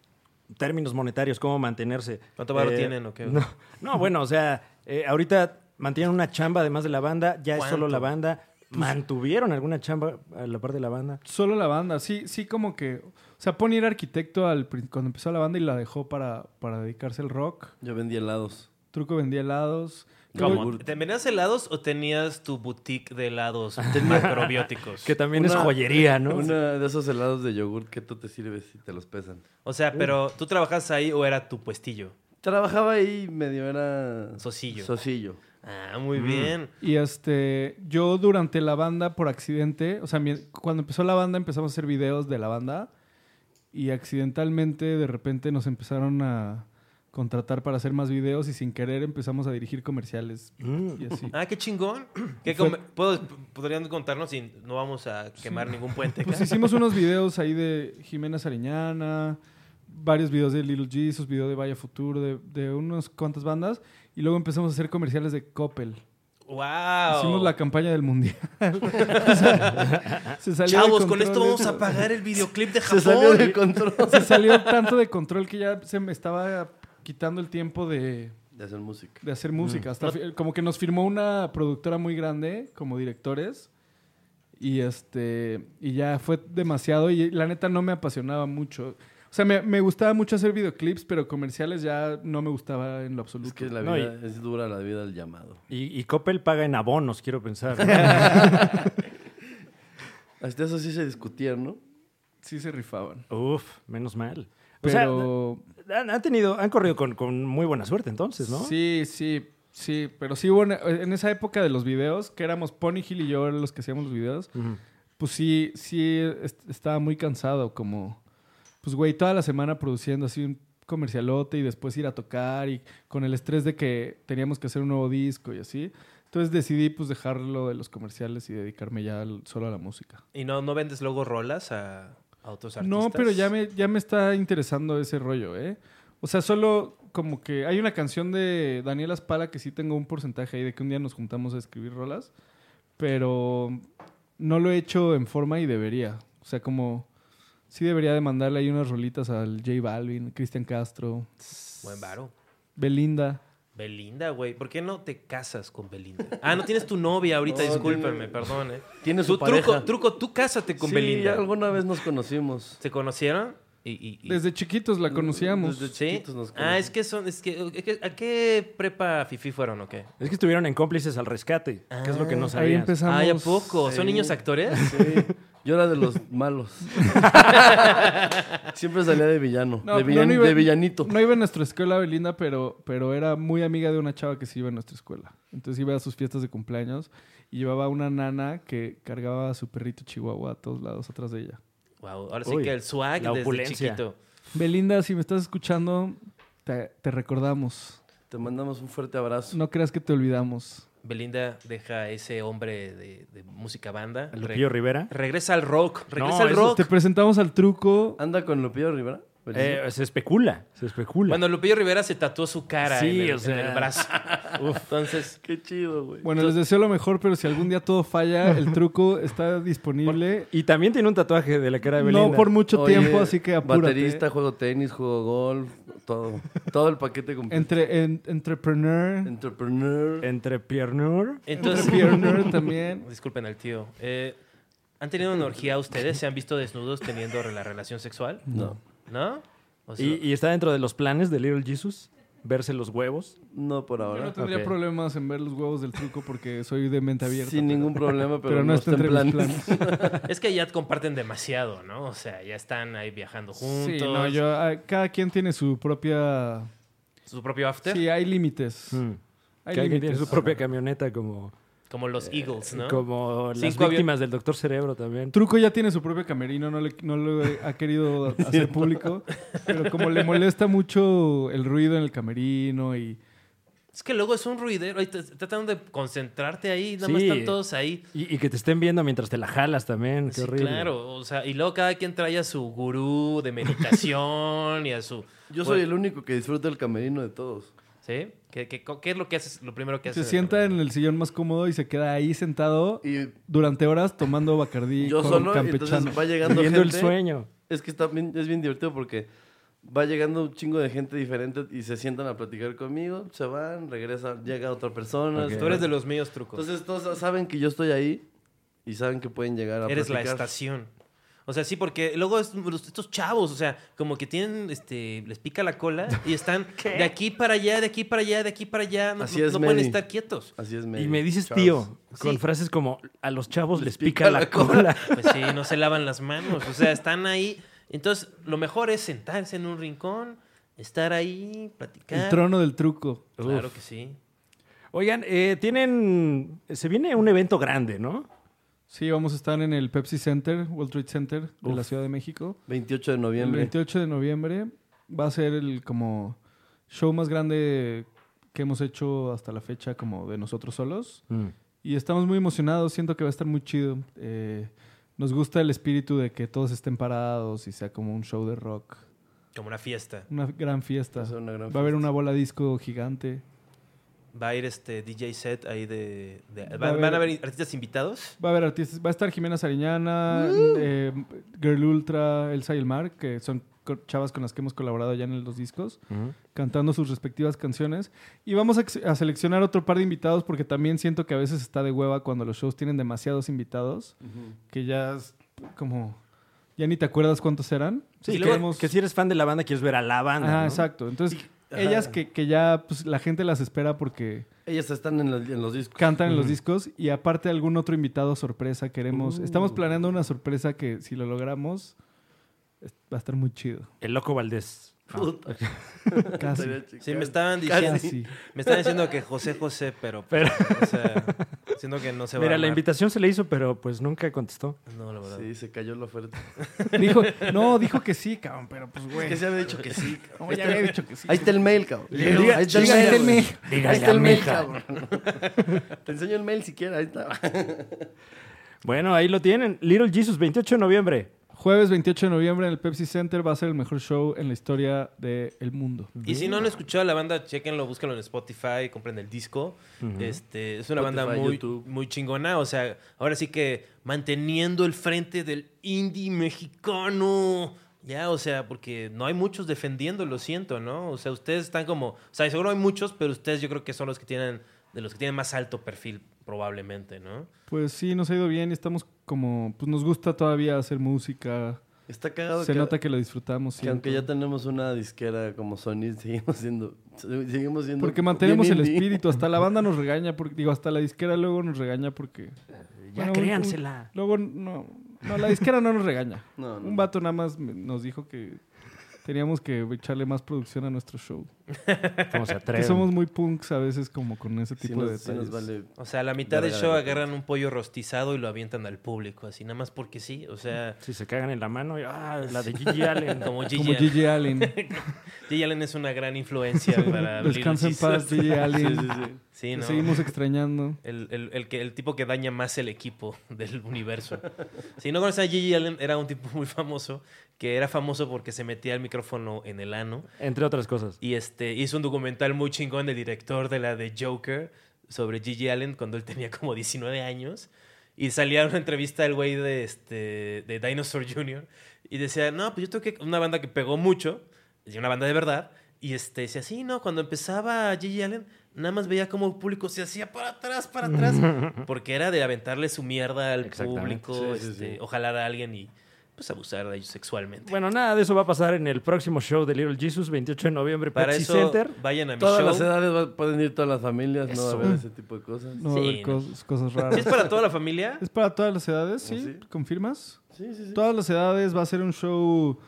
B: términos monetarios, cómo mantenerse. Eh,
C: ¿Cuánto varo tienen o qué?
B: No, no, bueno, o sea, eh, ahorita mantienen una chamba además de la banda, ya es solo
C: ¿Cuánto?
B: la banda. ¿Mantuvieron alguna chamba a la par de la banda?
D: Solo la banda, sí, sí, como que. O sea, Pony era arquitecto al, prin- cuando empezó la banda y la dejó para, para dedicarse al rock.
A: Yo vendí helados.
D: Truco vendía helados.
A: ¿Cómo?
C: ¿Te vendías helados o tenías tu boutique de helados macrobióticos?
B: Que también es
A: Una-
B: joyería, ¿no?
A: Una de esos helados de yogur que tú te sirves y te los pesan.
C: O sea, pero ¿tú trabajas ahí o era tu puestillo?
A: Trabajaba ahí medio era...
C: Sosillo.
A: Sosillo.
C: Ah, muy bien.
D: Y este, yo durante la banda por accidente, o sea, mi- cuando empezó la banda empezamos a hacer videos de la banda y accidentalmente de repente nos empezaron a contratar para hacer más videos y sin querer empezamos a dirigir comerciales y así.
C: Ah, qué chingón. ¿Qué
D: Fue-
C: come- ¿puedo- podrían contarnos y no vamos a quemar ningún puente.
D: Pues
C: acá?
D: hicimos unos videos ahí de Jimena Sariñana, varios videos de Little Jesus, videos de Vaya Futuro, de, de unas cuantas bandas y luego empezamos a hacer comerciales de Coppel.
C: ¡Wow!
D: Hicimos la campaña del mundial. Se salió de
C: Chavos, con
D: control
C: esto vamos
D: eso.
C: a pagar el videoclip de
A: Se salió de
C: Japón.
A: control.
D: se salió tanto de control que ya se me estaba quitando el tiempo de,
A: De hacer música.
D: de hacer música.
A: Mm.
D: Hasta fi- como que nos firmó una productora muy grande como directores. Y este. Y ya fue demasiado. Y la neta no me apasionaba mucho. O sea, me, me gustaba mucho hacer videoclips, pero comerciales ya no me gustaba en lo absoluto.
A: Es que la
B: No,
A: vida es dura la vida del llamado.
B: Y, y Coppel paga en abonos, quiero pensar.
A: Hasta eso sí se discutían, ¿no?
D: Sí se rifaban.
B: Uf, menos mal. O sea,
D: Pero.
B: han, han tenido, han corrido con, con muy buena suerte entonces, ¿no?
D: Sí, sí, sí. Pero sí hubo una- en esa época de los videos, que éramos Pony Hill y yo los que hacíamos los videos,
B: Ujú.
D: pues sí, sí est- estaba muy cansado, como, pues güey, toda la semana produciendo así un comercialote y después ir a tocar y con el estrés de que teníamos que hacer un nuevo disco y así. Entonces decidí pues dejarlo de los comerciales y dedicarme ya al- solo a la música.
C: ¿Y no, no vendes luego rolas a, a otros artistas?
D: No, pero ya me, ya me está interesando ese rollo, ¿eh? O sea, solo como que hay una canción de Daniel Aspala que sí tengo un porcentaje ahí de que un día nos juntamos a escribir rolas, pero no lo he hecho en forma y debería. O sea, como sí debería de mandarle ahí unas rolitas al J Balvin, Cristian Castro,
C: Buen varo.
D: Belinda.
C: Belinda, güey. ¿Por qué no te casas con Belinda? Ah, no tienes tu novia ahorita,
A: No,
C: discúlpame,
A: tiene-
C: perdón, eh.
A: Tiene
C: Tu
A: su
C: truco,
A: pareja.
C: truco, tú cásate con
A: sí,
C: Belinda.
A: alguna vez nos conocimos.
C: ¿Se conocieron? Y, y- y-
D: Desde chiquitos la conocíamos.
A: Desde
C: ¿Sí?
A: chiquitos nos
C: Ah,
A: conocimos.
C: es que son, es que, es que- ¿a qué prepa fifi fueron o qué?
B: Es que estuvieron en cómplices al rescate, que es lo
C: Ah,
B: que no
D: Ahí
B: sabías.
D: empezamos.
C: Ay, ¿a poco? ¿Son
A: Sí.
C: niños actores?
A: Sí. Yo era de los malos. Siempre salía de villano.
D: No,
A: de, villan-
D: no iba-
A: de villanito.
D: No iba a nuestra escuela Belinda, pero, pero era muy amiga de una chava que sí iba a nuestra escuela. Entonces iba a sus fiestas de cumpleaños y llevaba una nana que cargaba a su perrito chihuahua a todos lados atrás de ella.
C: Wow, ahora sí
B: Uy,
C: que el swag
B: la
C: desde
B: opulencia.
C: chiquito.
D: Belinda, si me estás escuchando, te, te recordamos.
A: Te mandamos un fuerte abrazo.
D: No creas que te olvidamos.
C: Belinda deja a ese hombre de, de música banda.
B: ¿A
C: Re-
B: Lupillo Rivera.
C: regresa al rock, regresa
B: No,
C: al
B: eso
C: rock.
D: Te presentamos al truco.
A: Anda con Lupillo Rivera.
C: Pues
A: Belinda.
B: Eh, se especula, se especula.
C: Cuando Lupillo Rivera se tatuó su cara
B: Sí,
C: en, el,
B: o sea.
C: en el brazo. Entonces,
A: Qué chido, güey.
D: Bueno, les deseo lo mejor, pero si algún día todo falla, el truco está disponible.
B: Y también tiene un tatuaje de la cara de Belinda.
D: No por mucho
A: Oye,
D: tiempo, así que apúrate.
A: Baterista, juego tenis, juego golf, todo. Todo el paquete completo.
D: Entre, en- entrepreneur,
A: Entrepreneur.
B: Entre Piernur.
C: entonces
D: entrepreneur también.
C: disculpen al tío. Eh, ¿Han tenido una orgía ustedes? ¿Se han visto desnudos teniendo la relación sexual?
A: No.
C: ¿No? O sea,
B: Y, y está dentro de los planes de Little Jesus. Verse los huevos.
A: No por
D: Yo no
A: ahora.
D: tendría
B: Ok.
D: problemas en ver los huevos del truco porque soy de mente abierta.
A: Sin ningún problema, pero,
D: pero, no está entre
A: plan.
D: mis planes.
C: Es que ya comparten demasiado, ¿no? O sea, ya están ahí viajando juntos.
D: Sí, no, yo, ah, cada quien tiene su propia...
C: Su propio after.
D: Sí, hay límites.
C: Hmm.
B: Mm. Cada
D: Hay
B: quien tiene
D: límites.
B: su propia camioneta como,
C: Como los
B: Eh,
C: Eagles, ¿no?
B: como las
C: Cinco
B: víctimas del Doctor Cerebro también.
D: Truco ya tiene su propio camerino, no, le- no lo he- ha querido hacer público, pero como le molesta mucho el ruido en el camerino y...
C: Es que luego es un ruidero. ahí te- Tratando de concentrarte ahí. Nada más
B: Sí.
C: están todos ahí.
B: Y, y que te estén viendo mientras te la jalas también. Qué
C: Sí,
B: horrible.
C: claro. O sea, y luego cada quien trae a su gurú de meditación y a su...
A: Yo soy el único que disfruta el camerino de todos.
C: ¿Sí? ¿Qué, qué, qué es lo que haces? Lo primero que
D: Se
C: haces.
D: sienta en el sillón más cómodo y se queda ahí sentado
A: Y
D: durante horas tomando bacardí
A: yo
D: con
A: solo, y
D: campechano.
A: entonces va llegando
B: Viendo el
A: gente.
B: sueño.
A: Es que está bien- es bien divertido porque va llegando un chingo de gente diferente y se sientan a platicar conmigo, se van, regresa, llega otra persona.
B: Ok.
C: Pues Tú eres de los míos trucos.
A: Entonces todos saben que yo estoy ahí y saben que pueden llegar a
C: Eres la
A: platicar.
C: estación. O sea, sí, porque luego es- los- estos chavos, o sea, como que tienen, este, les pica la cola y están de aquí para allá, de aquí para allá, de aquí para allá. No,
A: Así
C: no-
A: es,
C: no pueden
A: Mary.
C: estar quietos.
A: Así es,
B: Y
A: Mary.
B: me dices
A: Charles.
B: tío, con
C: Sí.
B: frases como a los chavos les,
A: Les
B: pica,
A: pica
B: la
A: la
B: cola.
C: Pues sí, no se lavan las manos. O sea, están ahí. Entonces, lo mejor es sentarse en un rincón, estar ahí, platicar.
D: El trono del truco.
C: Claro
B: Uf.
C: que sí.
B: Oigan, eh, tienen. Se viene un evento grande, ¿no?
D: Sí, vamos a estar en el Pepsi Center, World Trade Center de la Ciudad de México.
A: 28 de
D: El
A: noviembre.
D: 28 de noviembre va a ser el como show más grande que hemos hecho hasta la fecha como de nosotros solos. Y estamos muy emocionados, siento que va a estar muy chido. Eh, nos gusta el espíritu de que todos estén parados y sea como un show de rock.
C: Como una fiesta.
D: Una gran fiesta.
A: Va a ser una gran
D: Va a haber
A: fiesta.
D: una bola disco gigante.
C: Va a ir este DJ set ahí de... de-
D: Va a
C: van,
D: haber-
C: van a haber artistas invitados?
D: Va a haber artistas. Va a estar Jimena Sariñana, eh, Girl Ultra, Elsa y el Mar, que son co- chavas con las que hemos colaborado ya en los discos, cantando sus respectivas canciones. Y vamos a, ex- a seleccionar otro par de invitados porque también siento que a veces está de hueva cuando los shows tienen demasiados invitados, que ya es como... Ya ni te acuerdas cuántos eran.
B: Sí,
D: Y
B: que,
D: queremos-
B: que si eres fan de la banda, quieres ver a la banda.
D: Ajá,
B: ¿no?
D: exacto. Entonces, ellas que, que ya pues, la gente las espera porque
A: Ellas están en, la- en los discos.
D: cantan en los discos y aparte algún otro invitado sorpresa queremos. Estamos planeando una sorpresa que si lo logramos es- va a estar muy chido.
B: El Loco Valdés.
A: Puta,
D: Ah. Casi.
A: estaría chica.
C: Sí, me estaban diciendo...
D: casi.
C: Me están diciendo que José José, pero,
B: Pero-
C: o sea, siento que no se va
B: Ah. Mira,
C: a
B: la
C: armar.
B: invitación se le hizo, pero pues nunca contestó.
C: No, la verdad.
A: Sí, se cayó la oferta.
D: Dijo, no, dijo que sí, cabrón, pero pues güey.
A: Es que se había dicho que sí. cabrón. Este-
D: no, ya había dicho que sí.
A: Ahí está el mail, cabrón.
B: diga-
A: ahí está el mail.
B: diga- dígale,
A: güey.
B: dígale
A: Ahí está
B: a
A: el mail,
B: Meja.
A: cabrón. Te enseño el mail si quieres. Ahí está.
B: Bueno, ahí lo tienen. Little Jesus, 28 de noviembre.
D: Jueves 28 de noviembre en el Pepsi Center va a ser el mejor show en la historia del mundo.
C: Y si no han escuchado a la banda, chequenlo, búsquenlo en Spotify, compren el disco. este, es una banda
A: Spotify,
C: muy,
A: YouTube.
C: muy chingona. O sea, ahora sí que manteniendo el frente del indie mexicano. Ya, o sea, porque no hay muchos defendiendo, lo siento, ¿no? O sea, ustedes están como, o sea, seguro hay muchos, pero ustedes yo creo que son los que tienen, de los que tienen más alto perfil, probablemente, ¿no?
D: Pues sí, nos ha ido bien y estamos como, pues nos gusta todavía hacer música.
A: Está cagado
D: Se
A: que,
D: nota que lo disfrutamos.
A: que aunque ya
D: siento.
A: tenemos una disquera como Sony, seguimos siendo... Seguimos siendo
D: Porque
A: bien
D: mantenemos el
A: indie.
D: espíritu, hasta la banda nos regaña, porque, digo, hasta la disquera luego nos regaña porque...
B: Ya
D: Bueno,
B: créansela.
D: un- Luego no, no, la disquera no nos regaña.
A: No, no.
D: Un vato nada más me- nos dijo que teníamos que echarle más producción a nuestro show.
B: ¿Cómo se
D: Que
B: atreven?
D: somos muy punks a veces como con ese
A: Sí
D: tipo de
A: nos, sí
D: detalles.
A: nos vale...
C: O sea, a la mitad del
A: Verga,
C: show
A: verga.
C: agarran un pollo rostizado y lo avientan al público, así, nada más porque sí, o sea,
B: Si se cagan en la mano, y, ah, la de Gigi Allen.
C: como Gigi,
D: Como Gigi Allen.
C: Gigi Allen es una gran influencia para Little
D: Descansa en
C: Jesus.
D: paz, Gigi Allen.
C: Sí,
D: Te
C: ¿no?
D: Seguimos extrañando.
C: El, el- el que, el tipo que daña más el equipo del universo. si no conoces a Gigi Allen, era un tipo muy famoso, que era famoso porque se metía el micrófono en el ano.
B: Entre otras cosas.
C: Y este, hizo un documental muy chingón del director de la de Joker sobre Gigi Allen cuando él tenía como 19 años. Y salía una entrevista del güey de, este, de Dinosaur Jr. Y decía, no, pues yo toqué una banda que pegó mucho, y una banda de verdad. Y este, decía, sí, no, cuando empezaba Gigi Allen, nada más veía cómo el público se hacía para atrás, para atrás. porque era de aventarle su mierda al
B: Exactamente.
C: público,
A: Sí, sí,
C: este,
A: sí.
C: ojalar a alguien y pues abusar de ellos sexualmente.
B: Bueno, nada de eso va a pasar en el próximo show de Little Jesus, 28 de noviembre,
C: Para
B: Pepsi
C: eso,
B: Center.
C: vayan a mi
A: Todas
C: show.
A: las edades va- pueden ir todas las familias, no va a
C: Eso.
A: haber ese tipo de cosas.
D: No va a
C: Sí,
D: haber
C: no.
D: cos- cosas
C: ¿Sí
D: raras.
C: es para toda la familia?
D: ¿Es para todas las edades? ¿Sí?
A: ¿Ah, ¿Sí?
D: ¿Confirmas?
A: Sí, sí, sí.
D: Todas las edades. Va a ser un show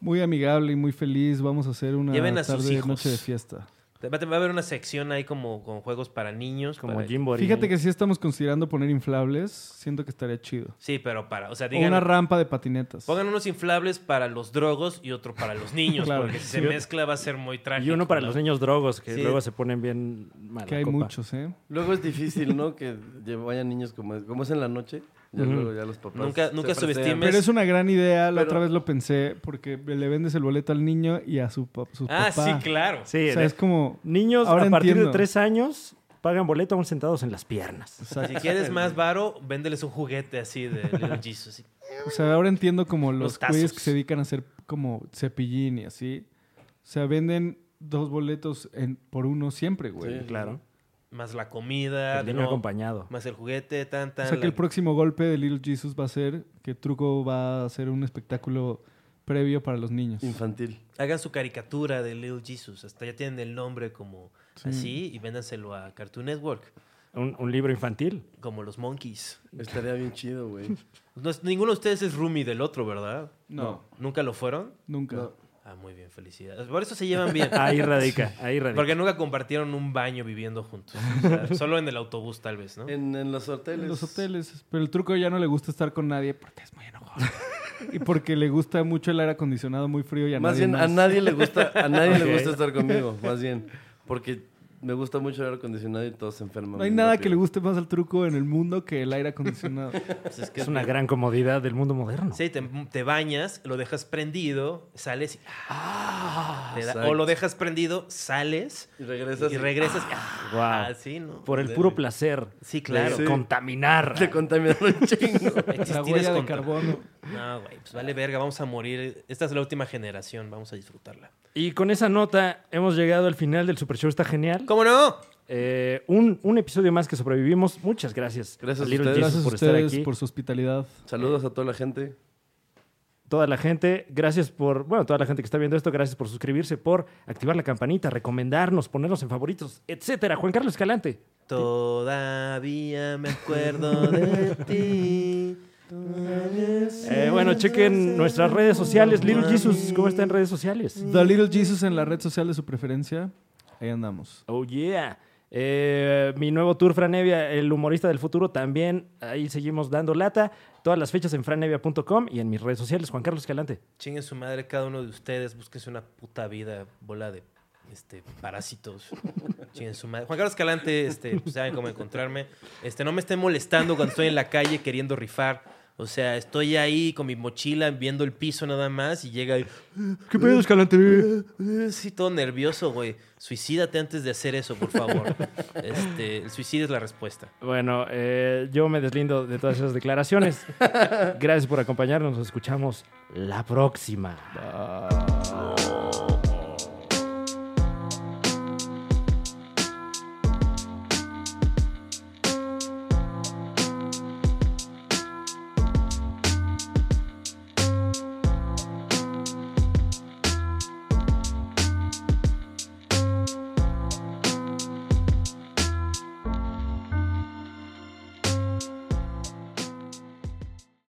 D: muy amigable y muy feliz. Vamos a hacer una
C: Lleven a sus
D: tarde,
C: hijos.
D: noche de fiesta.
C: Va a va a haber una sección ahí como con juegos para niños.
B: Como
C: para-
B: Jim Borini.
D: Fíjate que si estamos considerando poner inflables, siento que estaría chido.
C: Sí, pero para, o sea,
D: o
C: digan,
D: una rampa de patinetas.
C: pongan unos inflables para los drogos y otro para los niños,
D: Claro.
C: porque si se mezcla va a ser muy trágico.
B: Y uno para
C: ¿no?
B: los niños drogos, que
C: Sí.
B: luego se ponen bien mal.
D: que hay muchos, ¿eh?
A: Luego es difícil, ¿no? Que lle- vayan niños como es, como es en la noche. Ya luego ya los papás.
C: Nunca-
A: se
C: nunca
A: presean.
C: subestimes.
D: Pero es una gran idea. La
A: Pero-
D: otra vez lo pensé porque le vendes el boleto al niño y a su pa- sus
C: Ah,
D: papá.
C: sí, claro.
B: Sí,
D: O sea,
B: de-
D: es como...
B: niños
D: Ahora
B: a partir
D: entiendo.
B: de tres años pagan boleto aún sentados en las piernas.
D: Exacto.
C: Si quieres más varo, véndeles un juguete así de Little Jesus. sí.
D: O sea, ahora entiendo como los
C: Los tazos.
D: güeyes que se dedican a hacer como cepillín y así. O sea, venden dos boletos en- por uno siempre, güey.
A: Sí.
B: Claro.
C: Más la comida,
B: El
C: de
B: niño
C: nuevo,
B: acompañado.
C: más el juguete, tan,
D: O
C: tan.
D: sea, que
C: la-
D: el próximo golpe de Little Jesus va a ser que Truco va a hacer un espectáculo previo para los niños.
A: Infantil.
C: Hagan su caricatura de Little Jesus. Hasta ya tienen el nombre como
D: Sí.
C: así y véndanselo a Cartoon Network,
B: Un, un libro infantil.
C: como los Monkeys.
A: Estaría bien chido, güey.
C: No es- ninguno de ustedes es roomie del otro, ¿verdad?
D: No,
C: ¿Nunca lo fueron?
D: nunca.
A: No.
C: Ah, muy bien, felicidades. Por eso se llevan bien.
B: Ahí radica, ahí radica.
C: Porque nunca compartieron un baño viviendo juntos. O sea, solo en el autobús, tal vez, ¿no?
A: En, en los hoteles.
D: En los hoteles. Pero el Truco ya no le gusta estar con nadie porque es muy enojado. y porque le gusta mucho el aire acondicionado muy frío y a
A: Más
D: nadie
A: bien, a
D: más.
A: nadie le gusta, a nadie
B: Ok.
A: le gusta estar conmigo, más bien. Porque me gusta mucho el aire acondicionado y todos se enferman.
D: No hay
A: muy
D: nada
A: rápido.
D: que le guste más al Truco en el mundo que el aire acondicionado.
C: Pues es que
B: Es una gran comodidad del mundo moderno.
C: Sí, te, te bañas, lo dejas prendido, sales y... Te da-
A: exacto.
C: o lo dejas prendido, sales
A: Y regresas
C: y
A: y-
C: regresas.
B: Guau.
C: Así, ¿no?
B: Por el puro placer
C: Sí,
B: de
C: claro.
A: Sí.
B: contaminar.
A: Te contaminaron un chingo.
D: la
C: Existir es
D: huella de
C: contra-
D: carbono.
C: No, güey, pues vale verga, vamos a morir. Esta es la última generación, vamos a disfrutarla.
B: Y con esa nota hemos llegado al final del Super Show. Está genial.
C: ¿Cómo no?
B: Eh, un, un episodio más que sobrevivimos. Muchas gracias.
A: Gracias
B: a
A: a
B: Little
A: ustedes.
B: Jesus
D: Gracias
B: por
D: a
B: estar
D: ustedes
B: aquí.
D: por su hospitalidad.
A: Saludos a toda la gente.
B: Toda la gente, gracias por, bueno, toda la gente que está viendo esto, gracias por suscribirse, por activar la campanita, recomendarnos, ponernos en favoritos, etcétera. Juan Carlos Escalante.
C: Todavía me acuerdo de ti.
B: Eh, bueno, chequen nuestras redes sociales. Little Jesus, ¿cómo está en redes sociales?
D: The Little Jesus en la red social de su preferencia. Ahí andamos.
B: Oh, yeah. Eh, mi nuevo tour, Franevia, el humorista del futuro, también ahí seguimos dando lata. Todas las fechas en franevia.com y en mis redes sociales, Juan Carlos Escalante.
C: Chinguen su madre cada uno de ustedes, búsquense una puta vida, bola de este, parásitos. Chinguen su madre. Juan Carlos Calante, este, pues, saben cómo encontrarme. Este, no me estén molestando cuando estoy en la calle queriendo rifar. O sea, estoy ahí con mi mochila viendo el piso nada más y llega y...
B: ¿Qué pedo, Escalante?
C: "Eh", Sí, todo nervioso, güey. Suicídate antes de hacer eso, por favor. Este, el suicidio es la respuesta.
B: Bueno, eh, yo me deslindo de todas esas declaraciones. Gracias por acompañarnos. Nos escuchamos la próxima.